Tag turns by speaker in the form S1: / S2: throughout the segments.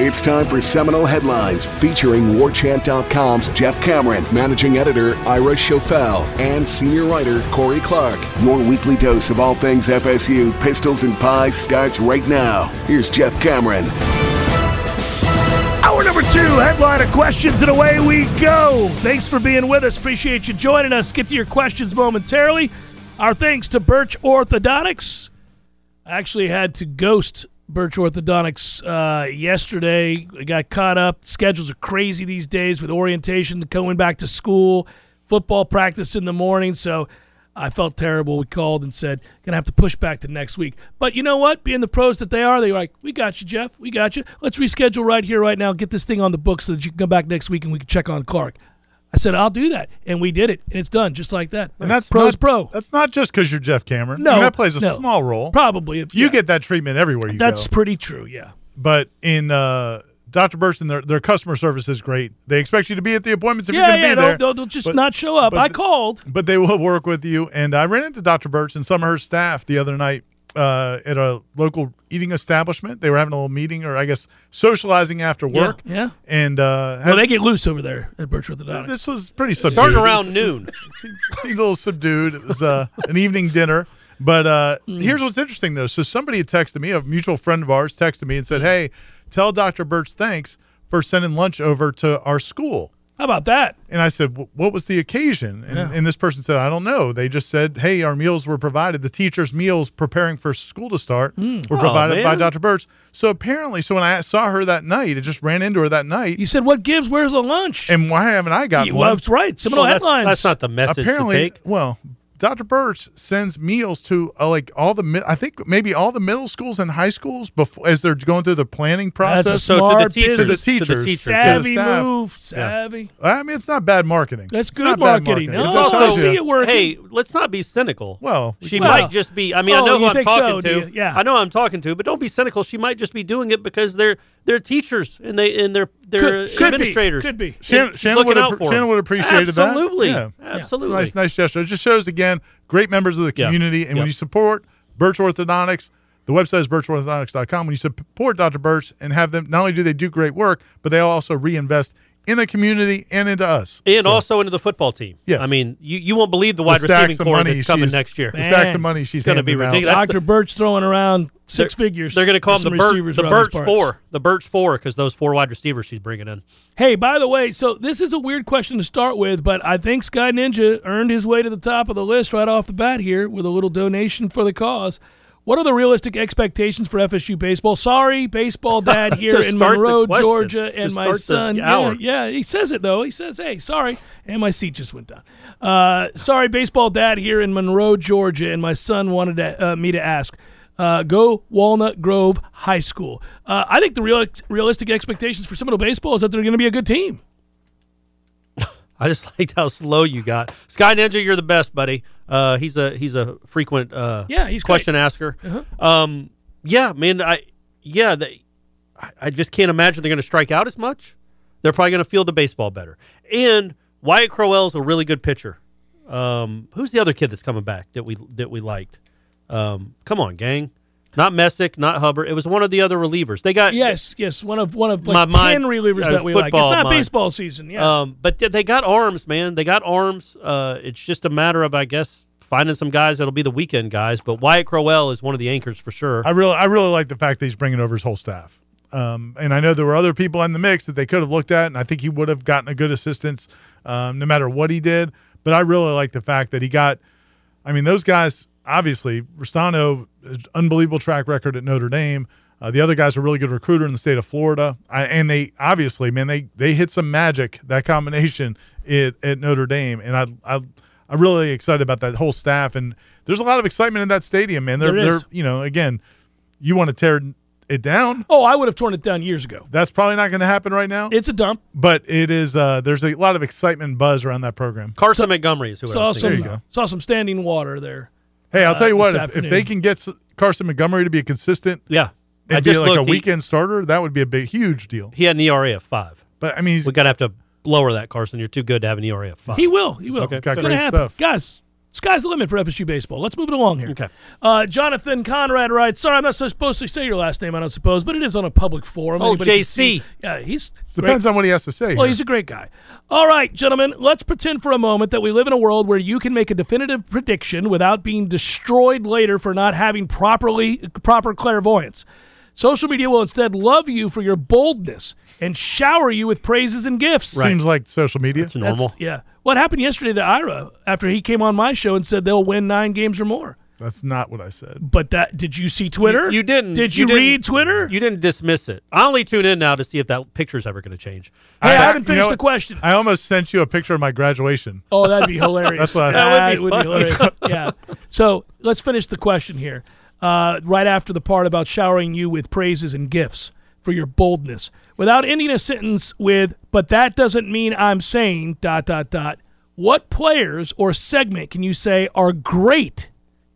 S1: It's time for Seminole Headlines featuring WarChant.com's Jeff Cameron, managing editor Ira Schofel, and senior writer Corey Clark. Your weekly dose of all things FSU, pistols, and pies starts right now. Here's Jeff Cameron.
S2: Hour number two, headline of questions, and away we go. Thanks for being with us. Appreciate you joining us. Get to your questions momentarily. Our thanks to Birch Orthodontics. I actually had to ghost Birch Orthodontics uh, yesterday. I got caught up. Schedules are crazy these days with orientation, going back to school, football practice in the morning. So I felt terrible. We called and said, going to have to push back to next week. But you know what? Being the pros that they are, they were like, we got you, Jeff. We got you. Let's reschedule right here, right now. Get this thing on the books so that you can come back next week and we can check on Clark. I said, I'll do that. And we did it. And it's done just like that.
S3: And that's
S2: pros
S3: not,
S2: pro.
S3: That's not just because you're Jeff Cameron. I
S2: no.
S3: mean, that plays a
S2: no.
S3: small role.
S2: Probably.
S3: you
S2: yeah.
S3: get that treatment everywhere you
S2: That's
S3: go.
S2: pretty true, yeah.
S3: But in uh, Dr. Burston, their their customer service is great. They expect you to be at the appointments if you're
S2: yeah,
S3: going to
S2: yeah.
S3: be there.
S2: Don't, don't, don't just
S3: But-
S2: not show up.
S3: but
S2: I
S3: th-
S2: called.
S3: but they will work with you. And I ran into Dr. Birch and some of her staff the other night uh, at a local eating establishment. They were having a little meeting, or I guess socializing after work.
S2: yeah.
S3: And uh,
S2: Well,
S3: had-
S2: they get loose over there at Birch Orthodontics.
S3: this was pretty subdued.
S4: Starting around noon.
S3: seemed, seemed a little subdued. It was uh, an evening dinner. But uh, here's what's interesting, though. So somebody had texted me, a mutual friend of ours texted me and said, hey, tell Dr. Birch thanks for sending lunch over to our school.
S2: How about that?
S3: And I said, "Wh- what was the occasion? And, and this person said, I don't know. They just said, hey, our meals were provided. The teacher's meals preparing for school to start were provided by
S4: man.
S3: Dr. Birch. So apparently, so when I saw her that night, it just ran into her that night.
S2: You said, what gives? Where's the lunch?
S3: and why haven't I got
S2: Yeah,
S3: one?
S2: well, that's right. Seminole
S4: Well, that's,
S2: headlines.
S4: that's not the message
S3: apparently,
S4: to take.
S3: well, Dr. Birch sends meals to uh, like all the mid- I think maybe all the middle schools and high schools before as they're going through the planning
S2: That's a
S3: process.
S4: So to the
S2: Smart
S4: teachers,
S3: business. To the
S4: to the
S3: teachers.
S4: teachers.
S3: Sad.
S2: savvy
S3: staff.
S2: move. Savvy.
S3: I mean, it's not bad marketing.
S2: That's
S3: It's
S2: good
S3: not bad
S2: marketing. No,
S3: It's
S2: I
S3: not
S2: also-
S3: bad.
S2: see it working.
S4: Hey, let's not be cynical.
S3: Well,
S4: she
S2: Well,
S4: might just be. I mean,
S2: oh,
S4: I know
S2: you
S4: who I'm
S2: think so,
S4: talking
S2: do
S4: to.
S2: you? Yeah.
S4: I know I'm talking to, but don't be cynical. She might just be doing it because they're they're teachers and they and they're they're
S2: Could- could be,
S4: administrators.
S2: could be.
S3: Shannon,
S4: She's
S3: Shannon
S4: looking
S3: would,
S4: out
S3: appre-
S4: for 'em.
S3: Shannon would appreciate that.
S4: Absolutely.
S3: Yeah. It's a
S4: Absolutely.
S3: nice, nice gesture. It just shows again, great members of the
S4: Yeah.
S3: community. And
S4: Yeah.
S3: when you support Birch Orthodontics, the website is birchorthodontics.com. When you support Dr. Birch and have them, not only do they do great work, but they also reinvest in the community and into us.
S4: And also into the football team.
S3: Yes.
S4: I mean, you, you won't believe the
S3: The
S4: wide receiving
S3: stacks of
S4: core
S3: money
S4: that's coming
S3: she's-
S4: next year.
S3: The stacks
S2: Man.
S3: of money she's
S4: It's gonna
S3: handing
S4: be
S3: out.
S4: ridiculous. that's
S2: Dr. Birch throwing around 6 figures.
S4: They're going to call
S2: for
S4: them the,
S2: some
S4: Bur-
S2: receivers
S4: the
S2: around these
S4: Birch
S2: parts.
S4: Four. The Birch Four, because those four wide receivers she's bringing in.
S2: Hey, by the way, so this is a weird question to start with, but I think Sky Ninja earned his way to the top of the list right off the bat here with a little donation for the cause. What are the realistic expectations for FSU baseball? Sorry, baseball dad here
S4: To
S2: in
S4: start the
S2: Monroe,
S4: question.
S2: Georgia,
S4: To
S2: and my
S4: start the
S2: son.
S4: hour.
S2: Yeah, yeah, he says it though. He says, "Hey, sorry," and my seat just went down. Uh, sorry, baseball dad here in Monroe, Georgia, and my son wanted to, uh, me to ask. Uh, go Walnut Grove High School. Uh, I think the real, realistic expectations for Seminole baseball is that they're going to be a good team.
S4: I just liked how slow you got. Sky Ninja, you're the best, buddy. Uh, he's a he's a frequent uh,
S2: Yeah, he's great. Uh-huh.
S4: question asker. Um, yeah, man, I yeah, they, I, I just can't imagine they're going to strike out as much. They're probably going to field the baseball better. And Wyatt Crowell's a really good pitcher. Um, who's the other kid that's coming back that we that we liked? Um, come on, gang. Not Messick, not Hubbard. It was one of the other relievers. They got
S2: Yes, yes, one of one of like
S4: My mind-
S2: ten relievers
S4: uh,
S2: that we like. It's
S4: football
S2: not
S4: mind.
S2: baseball season. Yeah,
S4: Um, but th- they got arms, man. They got arms. Uh, it's just a matter of, I guess, finding some guys that'll be the weekend guys. But Wyatt Crowell is one of the anchors for sure.
S3: I really, I really like the fact that he's bringing over his whole staff. Um, and I know there were other people in the mix that they could have looked at, and I think he would have gotten a good assistance um, no matter what he did. But I really like the fact that he got. I mean, those guys obviously Restano, uh, unbelievable track record at Notre Dame. Uh, the other guy's a really good recruiter in the state of Florida, I, and they obviously, man, they they hit some magic that combination at, at Notre Dame, and I I I'm really excited about that whole staff, and there's a lot of excitement in that stadium, man. They're
S2: There
S3: they're
S2: is.
S3: you know again, you want to tear it down.
S2: Oh, I would have torn it down years ago.
S3: That's probably not going to happen right now,
S2: It's a dump.
S3: but it is. Uh, there's a lot of excitement and buzz around that program.
S4: Carson Montgomery is who I
S2: Saw
S4: was thinking.
S3: you go.
S2: some saw some standing water there.
S3: Hey, I'll
S2: Uh,
S3: tell you what,
S2: this
S3: if, if they
S2: afternoon.
S3: can get S- Carson Montgomery to be a consistent
S4: Yeah, I
S3: and be
S4: just
S3: like a
S4: looked, he-
S3: weekend starter, that would be a big, huge deal.
S4: He, had an ERA of five.
S3: But I mean, he's
S4: We gotta have to lower that, Carson. You're too good to have an ERA of five.
S2: He will. He will.
S3: okay.
S2: It's
S3: Got
S2: gonna
S3: great
S2: happen.
S3: stuff.
S2: Guys, sky's the limit for FSU baseball. Let's move it along here.
S4: Okay.
S2: Uh, Jonathan Conrad writes, sorry, I'm not supposed to say your last name, I don't suppose, but it is on a public forum.
S4: Oh,
S2: Anybody can
S4: JC.
S2: see- Yeah, he's great
S3: depends on what he has to say.
S2: Well,
S3: here.
S2: he's a great guy. All right, gentlemen, let's pretend for a moment that we live in a world where you can make a definitive prediction without being destroyed later for not having properly proper clairvoyance. Social media will instead love you for your boldness and shower you with praises and gifts.
S3: Seems like social media.
S4: It's normal.
S2: That's- yeah. What happened yesterday to Ira after he came on my show and said they'll win nine games or more?
S3: That's not what I said.
S2: But that did you see Twitter?
S4: You didn't.
S2: Did you,
S4: didn't-
S2: read Twitter?
S4: You didn't dismiss it. I only tune in now to see if that picture's ever going to change.
S2: hey, I,
S3: I-
S2: haven't
S3: you
S2: finished
S3: know
S2: the
S3: what?
S2: question.
S3: I almost sent you a picture of my graduation.
S2: Oh, that'd be
S3: That's
S2: hilarious.
S3: what I-
S2: that
S3: That
S2: would be, hilarious. yeah. So let's finish the question here. Uh, right after the part about showering you with praises and gifts for your boldness, without ending a sentence with "but that doesn't mean I'm saying dot dot dot." What players or segment can you say are great,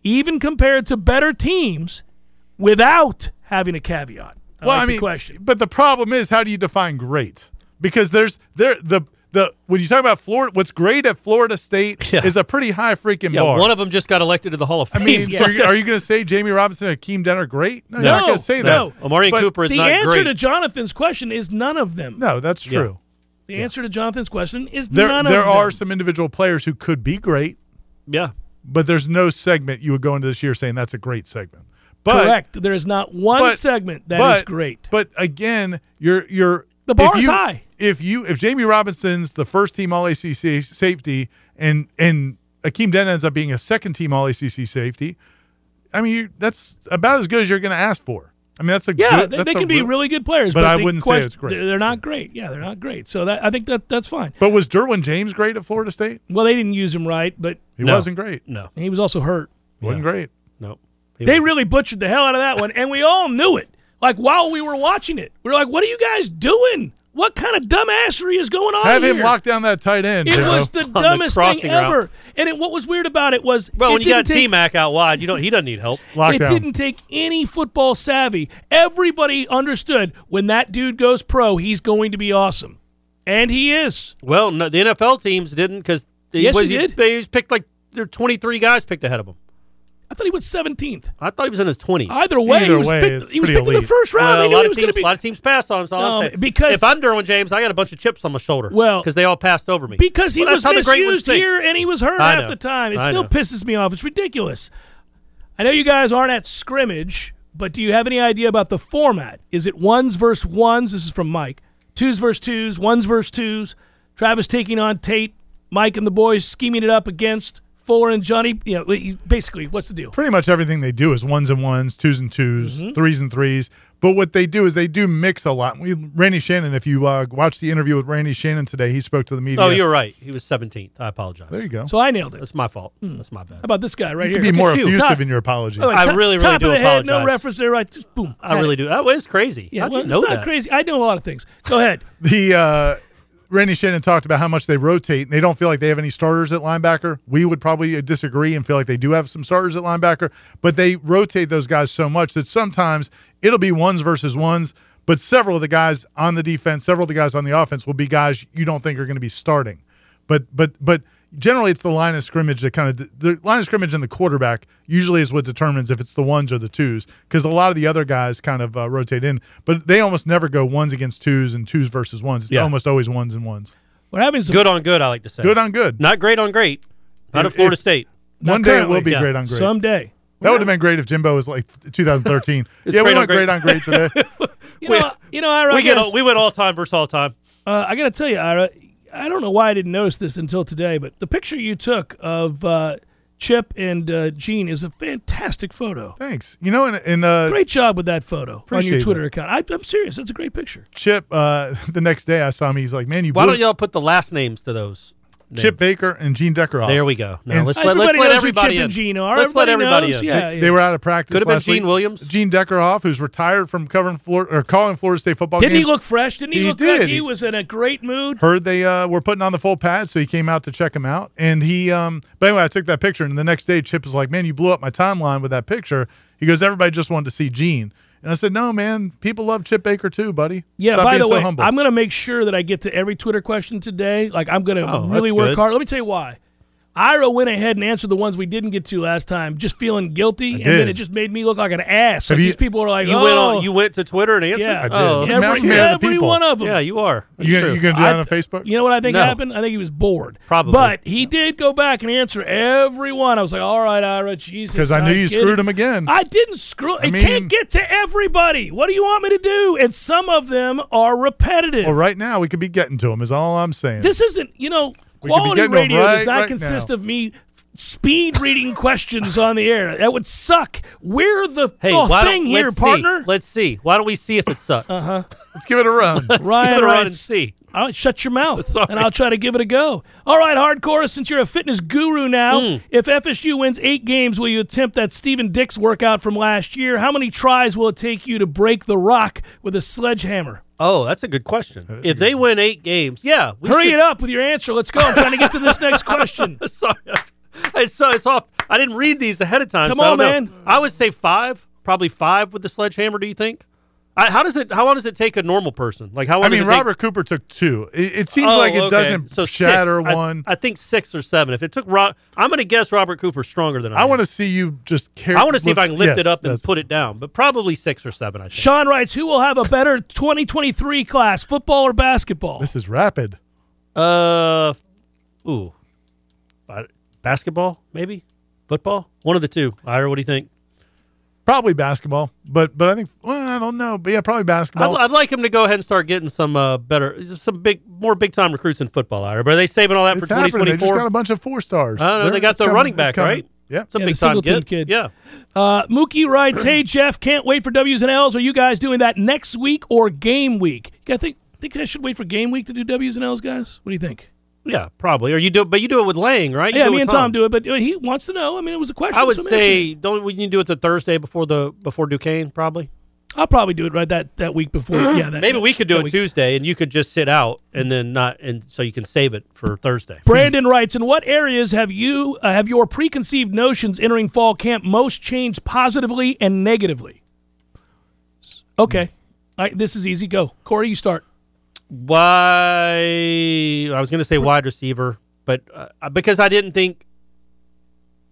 S2: even compared to better teams, without having a caveat? I like the question.
S3: but the problem is, how do you define great? Because there's there the the when you talk about Florida, what's great at Florida State
S4: Yeah.
S3: is a pretty high freaking
S4: Yeah,
S3: bar.
S4: one of them just got elected to the Hall of Fame.
S3: I mean, so you- are you going to say Jamie Robinson and Akeem Denner great? No, you're not
S2: No,
S3: going to say
S2: no.
S3: that.
S4: Amari
S3: But-
S4: Cooper is
S2: The
S4: not
S2: answer
S4: great.
S2: to Jonathan's question is none of them.
S3: No, that's true.
S2: The answer to Jonathan's question is
S3: There
S2: none
S3: there
S2: of
S3: are
S2: them.
S3: some individual players who could be great,
S4: yeah,
S3: but there's no segment you would go into this year saying that's a great segment. But
S2: Correct. There is not one
S3: but-
S2: segment that is
S3: but-
S2: great.
S3: But again, you're you're
S2: The bar
S3: if
S2: is
S3: you-
S2: high.
S3: If you if Jamie Robinson's the first team All ACC safety and and Akeem Denton ends up being a second team All ACC safety, I mean you, that's about as good as you're going to ask for. I mean that's a
S2: yeah,
S3: good,
S2: they,
S3: that's
S2: they
S3: a
S2: can be
S3: real-
S2: really good players,
S3: But
S2: but,
S3: I
S2: the
S3: wouldn't say
S2: question-
S3: it's great.
S2: They're, they're not great. Yeah, they're not great. So that I think that that's fine.
S3: But was Derwin James great at Florida State?
S2: Well, they didn't use him right, but
S3: He
S4: No.
S3: wasn't great.
S4: no,
S2: he was also hurt.
S3: Wasn't great.
S4: no. He
S2: They
S4: was-
S2: really butchered the hell out of that one, and we all knew it. Like while we were watching it, we were like, "What are you guys doing? What kind of dumbassery is going on
S3: Have
S2: here?"
S3: him lock down that tight end.
S2: it
S3: you
S2: was
S3: know?
S2: the dumbest
S4: crossing
S2: thing
S4: route.
S2: ever. And it, what was weird about it was
S4: well,
S2: it
S4: when you got
S2: didn't take
S4: T Mac out wide, you don't. He doesn't need help.
S3: lockdown.
S2: It didn't take any football savvy. Everybody understood when that dude goes pro, he's going to be awesome. And he is.
S4: Well, no, the NFL teams didn't because
S2: Yes, he did.
S4: They just picked like there were 23 guys picked ahead of him.
S2: I thought he was 17th.
S4: I thought he was in his 20s.
S2: Either way, he
S3: Either
S2: was
S3: way,
S2: picked,
S3: it's
S2: he was
S3: pretty
S2: picked in the
S3: elite.
S2: first round.
S4: Well,
S2: they
S4: a
S2: knew
S4: lot
S2: he
S4: of
S2: was going to
S4: teams,
S2: be.
S4: a lot of teams passed on him. So
S2: No,
S4: I'm saying.
S2: because-
S4: if I'm Derwin James, I got a bunch of chips on my shoulder.
S2: Well-
S4: because they all passed over me.
S2: Because he
S4: Well, that's
S2: was
S4: how the great ones
S2: misused
S4: think.
S2: here and he was hurt
S4: I
S2: half
S4: know.
S2: the time. It
S4: I
S2: still
S4: know.
S2: pisses me off. It's ridiculous. I know you guys aren't at scrimmage, but do you have any idea about the format? Is it ones versus ones? This is from Mike. Twos versus twos, ones versus twos. Travis taking on Tate. Mike and the boys scheming it up against Fuller and Johnny. You know, basically, what's the deal?
S3: pretty much everything they do is ones and ones, twos and 2s
S2: Mm-hmm.
S3: threes and threes. But what they do is they do mix a lot. We, Randy Shannon, if you uh, watched the interview with Randy Shannon today, he spoke to the media.
S4: Oh, you're right. He was 17th. I apologize.
S3: there you go.
S2: So I nailed it. How
S4: That's my fault.
S2: Hmm.
S4: That's my bad.
S2: about this guy right
S3: you could
S2: here?
S3: be
S2: Look
S3: more
S2: at you.
S3: effusive
S2: Top-
S3: in your apology.
S2: by the
S4: I
S2: top-
S4: really, really
S2: top
S4: do
S2: of the head, no
S4: apologize.
S2: reference there, right? Just boom.
S4: I really do. That was crazy.
S2: Yeah,
S4: How'd
S2: well,
S4: you know
S2: it's not
S4: that?
S2: crazy. I know a lot of things. Go ahead.
S3: the uh, Randy Shannon talked about how much they rotate and they don't feel like they have any starters at linebacker. We would probably disagree and feel like they do have some starters at linebacker, but they rotate those guys so much that sometimes it'll be ones versus ones, but several of the guys on the defense, several of the guys on the offense will be guys you don't think are going to be starting. But but but generally it's the line of scrimmage that kind of the line of scrimmage and the quarterback usually is what determines if it's the ones or the twos because a lot of the other guys kind of uh, rotate in, but they almost never go ones against twos and twos versus ones. It's
S4: Yeah.
S3: almost always ones and ones.
S2: We're having some
S4: Good on good, I like to say.
S3: Good on good.
S4: Not great on great. Not
S3: If-
S4: at Florida
S3: if-
S4: State.
S3: One day it will
S2: currently,
S3: be
S4: yeah.
S3: great on great.
S2: someday.
S3: That would have been great if Jimbo was like 2013. yeah, we
S4: great on
S3: went
S4: great.
S3: great on great today.
S2: You know, you know, Ira, I
S4: We get
S2: gotta-
S4: all, we went all time versus all time.
S2: Uh, I got to tell you, Ira, I don't know why I didn't notice this until today, but the picture you took of uh, Chip and uh, Gene is a fantastic photo.
S3: Thanks. You know, and, and uh,
S2: Great job with that photo on
S3: Appreciate
S2: your Twitter
S3: that.
S2: account. I, I'm serious. That's a great picture.
S3: Chip, uh, the next day I saw him. He's like, man, you
S4: Why
S3: blew
S4: don't y'all put the last names to those?
S3: it." Chip Baker and Gene Deckerhoff.
S4: There we go. Now
S3: And
S4: let's let, let's
S2: Everybody
S4: let
S2: knows who
S4: everybody
S2: Chip
S4: in.
S2: and Gene are.
S4: Let's let
S2: Everybody
S4: everybody
S2: knows.
S4: in.
S2: Yeah.
S3: They were out of practice.
S4: Could have been
S3: last
S4: Gene
S3: week.
S4: Williams.
S3: Gene Deckerhoff, who's retired from covering Flor- or calling Florida State football
S2: Didn't he
S3: games.
S2: look fresh? Didn't he,
S3: He
S2: look like
S3: did.
S2: he was in a great mood?
S3: heard they uh, were putting on the full pad, so he came out to check him out. And he, um, but anyway, I took that picture, and the next day, Chip was like, "Man, you blew up my timeline with that picture." He goes, "Everybody just wanted to see Gene," and I said, "No, man, people love Chip Baker too, buddy."
S2: Yeah,
S3: Stop
S2: by
S3: being
S2: the
S3: so
S2: way,
S3: humble.
S2: I'm going to make sure that I get to every Twitter question today. Like, I'm going to
S4: Oh, that's
S2: really work
S4: good.
S2: hard. Let me tell you why. Ira went ahead and answered the ones we didn't get to last time, just feeling guilty, and then
S3: did.
S2: it just made me look like an ass. Like,
S3: Have you-
S2: these people are like,
S4: You
S2: oh,
S4: went on. You went to Twitter and answered.
S2: yeah,
S3: did.
S4: Oh,
S3: Yeah. Now I'm
S2: every,
S3: here to the
S2: every
S3: people.
S2: one of them.
S4: yeah, you are. That's
S3: you,
S4: true.
S3: gonna, you gonna do
S2: I-
S3: that on Facebook?
S2: You know what I think
S4: No.
S2: happened? I think he was bored.
S4: Probably.
S2: But he did go back and answer every one. I was like, all right, Ira, Jesus.
S3: because I knew
S2: I'm
S3: you
S2: kidding.
S3: screwed him again.
S2: I didn't screw. I
S3: mean-
S2: can't get to everybody. What do you want me to do? And some of them are repetitive.
S3: well, right now we could be getting to him. Is all I'm saying.
S2: This isn't, you know,
S3: We could be
S2: quality
S3: getting them
S2: radio does
S3: right-
S2: not
S3: right
S2: consist
S3: now.
S2: of me f- speed reading questions on the air. That would suck. We're the,
S4: Hey,
S2: the
S4: why don't-
S2: thing Oh, here,
S4: let's see.
S2: partner.
S4: Let's see. Why don't we see if it sucks? Uh-huh.
S3: Let's give it a run.
S2: Ryan
S4: Give it a run and
S2: writes,
S4: see.
S2: I'll shut your mouth
S4: Sorry.
S2: and I'll try to give it a go. All right, hardcore, since you're a fitness guru now,
S4: Hmm.
S2: if FSU wins eight games, will you attempt that Stephen Dix workout from last year? How many tries will it take you to break the rock with a sledgehammer?
S4: Oh, that's a good question. If they win eight games, yeah, we
S2: Hurry
S4: should-
S2: it up with your answer. Let's go. I'm trying to get to this next question.
S4: Sorry, I saw. I saw. I didn't read these ahead of time.
S2: Come
S4: so I
S2: on,
S4: don't know.
S2: man.
S4: I would say five, probably five with the sledgehammer. Do you think? I, how does it? How long does it take a normal person? Like how long?
S3: I mean,
S4: does it take-
S3: Robert Cooper took two. It, it seems
S4: Oh,
S3: like it
S4: okay.
S3: doesn't
S4: so six.
S3: shatter
S4: I-
S3: one.
S4: I, think six or seven. If it took, Ro- I'm going to guess Robert Cooper's stronger than I.
S3: I, want to see you just carry.
S4: I want to see if I can lift
S3: yes,
S4: it up and
S3: that's-
S4: put it down, but probably six or seven. I think.
S2: Sean writes, who will have a better 2023 class, football or basketball?
S3: This is rapid.
S4: Uh, ooh, Ba- basketball maybe, football. One of the two. Ira, what do you think?
S3: Probably basketball, but but I think well, I don't know. But yeah, probably
S4: I'd,
S3: basketball.
S4: I'd like him to go ahead and start getting some uh, better, just some big, more big time recruits in football. Ira, but are they saving all that for
S3: it's
S4: twenty
S3: happening. They
S4: twenty
S3: just got
S4: four?
S3: a bunch of four stars.
S4: I don't know.
S3: They're-
S4: they got
S3: it's
S4: their
S3: coming.
S4: running
S3: It's
S4: back,
S3: coming.
S4: right?
S3: Yeah.
S4: Some
S2: Yeah, the
S4: big time
S2: Singleton
S4: kid.
S2: kid.
S4: Yeah.
S2: Uh, Mookie writes, "Hey Jeff, can't wait for W's and L's. Are you guys doing that next week or game week? You gotta think think I should wait for game week to do W's and L's, guys. What do you think?
S4: Yeah, probably. Or you do, but you do it with Lang, right? You
S2: yeah,
S4: do it
S2: me
S4: with
S2: and Tom. do it, but uh, he wants to know. I mean, it was a question.
S4: I would
S2: so I'm answering
S4: say
S2: it.
S4: don't we need to do it the Thursday before the before Duquesne probably.
S2: I'll probably do it right that that week before. yeah, that,
S4: Maybe we could do
S2: that
S4: it
S2: week.
S4: Tuesday, and you could just sit out and then not, and so you can save it for Thursday.
S2: Brandon writes, "In what areas have you uh, have your preconceived notions entering fall camp most changed positively and negatively?" Okay, All right, this is easy. Go, Corey. You start.
S4: Why? I was going to say wide receiver, but uh, because I didn't think.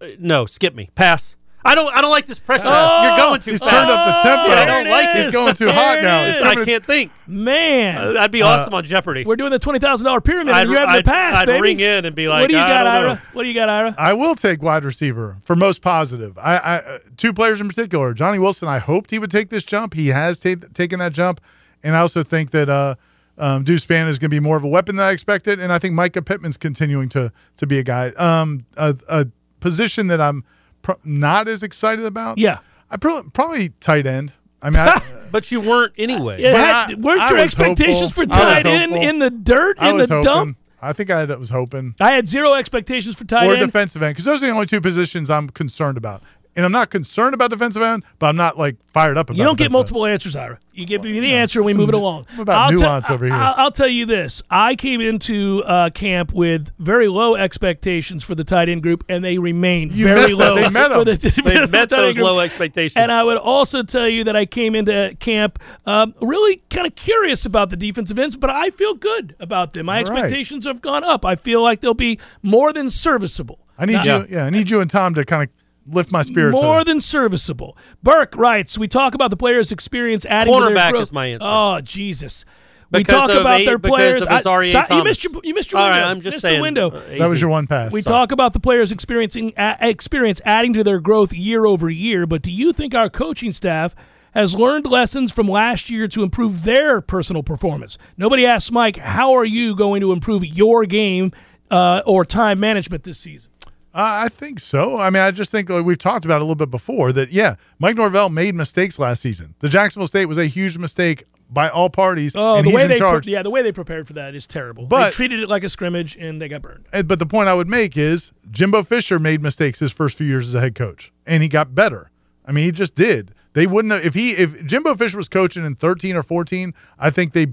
S4: uh, no, skip me. Pass. I don't. I don't like this pressure. You're going too
S3: He's
S4: fast.
S3: turned up the tempo.
S4: Yeah, I don't
S2: There it
S4: like
S2: is.
S4: this.
S3: He's going too hot
S2: There
S3: now.
S2: it
S3: He's
S2: is.
S3: coming
S4: I can't think.
S2: Man,
S4: Uh, That'd be awesome on Jeopardy.
S2: We're doing the twenty thousand dollar pyramid,
S4: I'd,
S2: and you're having
S4: I'd,
S2: to pass,
S4: I'd
S2: baby.
S4: ring in and be like,
S2: what do you
S4: I
S2: got,
S4: don't know.
S2: Ira? What do you got, Ira?
S3: I will take wide receiver for most positive. I, I uh, two players in particular, Johnny Wilson. I hoped he would take this jump. He has ta- taken that jump, and I also think that uh, um, Deuce Span is going to be more of a weapon than I expected. And I think Micah Pittman's continuing to to be a guy. Um, a, a position that I'm pro- not as excited about.
S2: Yeah.
S3: I pro- probably tight end. I mean, I,
S4: But you weren't anyway.
S2: It
S3: But
S2: had-
S3: I-
S2: weren't
S3: I
S2: your
S3: was
S2: expectations
S3: hopeful.
S2: for
S3: I was
S2: tight end
S3: hopeful.
S2: in the dirt,
S3: I
S2: in the
S3: was hoping.
S2: dump?
S3: I think I was hoping.
S2: I had zero expectations for tight
S3: or
S2: end.
S3: defensive end because those are the only two positions I'm concerned about. And I'm not concerned about defensive end, but I'm not like fired up about.
S2: You don't get
S3: defensive
S2: multiple answers, Ira. You give me the answer, and we move it along.
S3: I'm about
S2: te-
S3: nuance over here.
S2: I- I'll, I'll tell you this: I came into uh, camp with very low expectations for the tight end group, and they remained
S3: You
S2: very
S3: met-
S2: low.
S3: they met 'em.
S2: for the- for the
S4: They met
S2: tight end
S4: those
S2: group.
S4: low expectations.
S2: And I would also tell you that I came into camp um, really kind of curious about the defensive ends, but I feel good about them. My
S3: All right.
S2: expectations have gone up. I feel like they'll be more than serviceable.
S3: end. I need you, yeah, I need you and Tom to kind of lift my spirits.
S2: More
S3: up.
S2: than serviceable. Burke writes, we talk about the player's experience adding to their
S4: Cornerback
S2: growth.
S4: is my answer.
S2: Oh, Jesus. we
S4: Because
S2: talk
S4: of
S2: about
S4: A-
S2: their
S4: because
S2: players.
S4: of
S2: I-
S4: Azari and
S2: so- you
S4: Thomas.
S2: missed your you missed your
S4: All
S2: window.
S4: right, I'm just
S2: missed
S4: saying.
S2: the window.
S4: uh,
S3: That was
S4: easy.
S3: your one pass.
S2: We talk about the players experiencing uh, experience adding to their growth year over year, but do you think our coaching staff has learned lessons from last year to improve their personal performance? Nobody asks Mike, how are you going to improve your game uh, or time management this season?
S3: Uh, I think so. I mean, I just think like, we've talked about it a little bit before that, yeah, Mike Norvell made mistakes last season. The Jacksonville State was a huge mistake by all parties.
S2: Oh,
S3: and
S2: the
S3: he's
S2: way
S3: in
S2: they pre-
S3: charge.
S2: yeah, the way they prepared for that is terrible. they
S3: But-
S2: treated it like a scrimmage and they got burned.
S3: Uh, But the point I would make is Jimbo Fisher made mistakes his first few years as a head coach, and he got better. I mean, he just did. They wouldn't have, if he if Jimbo Fisher was coaching in 13 or 14, I think they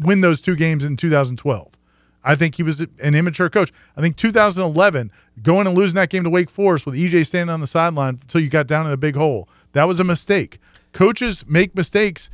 S3: win those two games in 2012. I think he was an immature coach. I think 2011, going and losing that game to Wake Forest with EJ standing on the sideline until you got down in a big hole, that was a mistake. Coaches make mistakes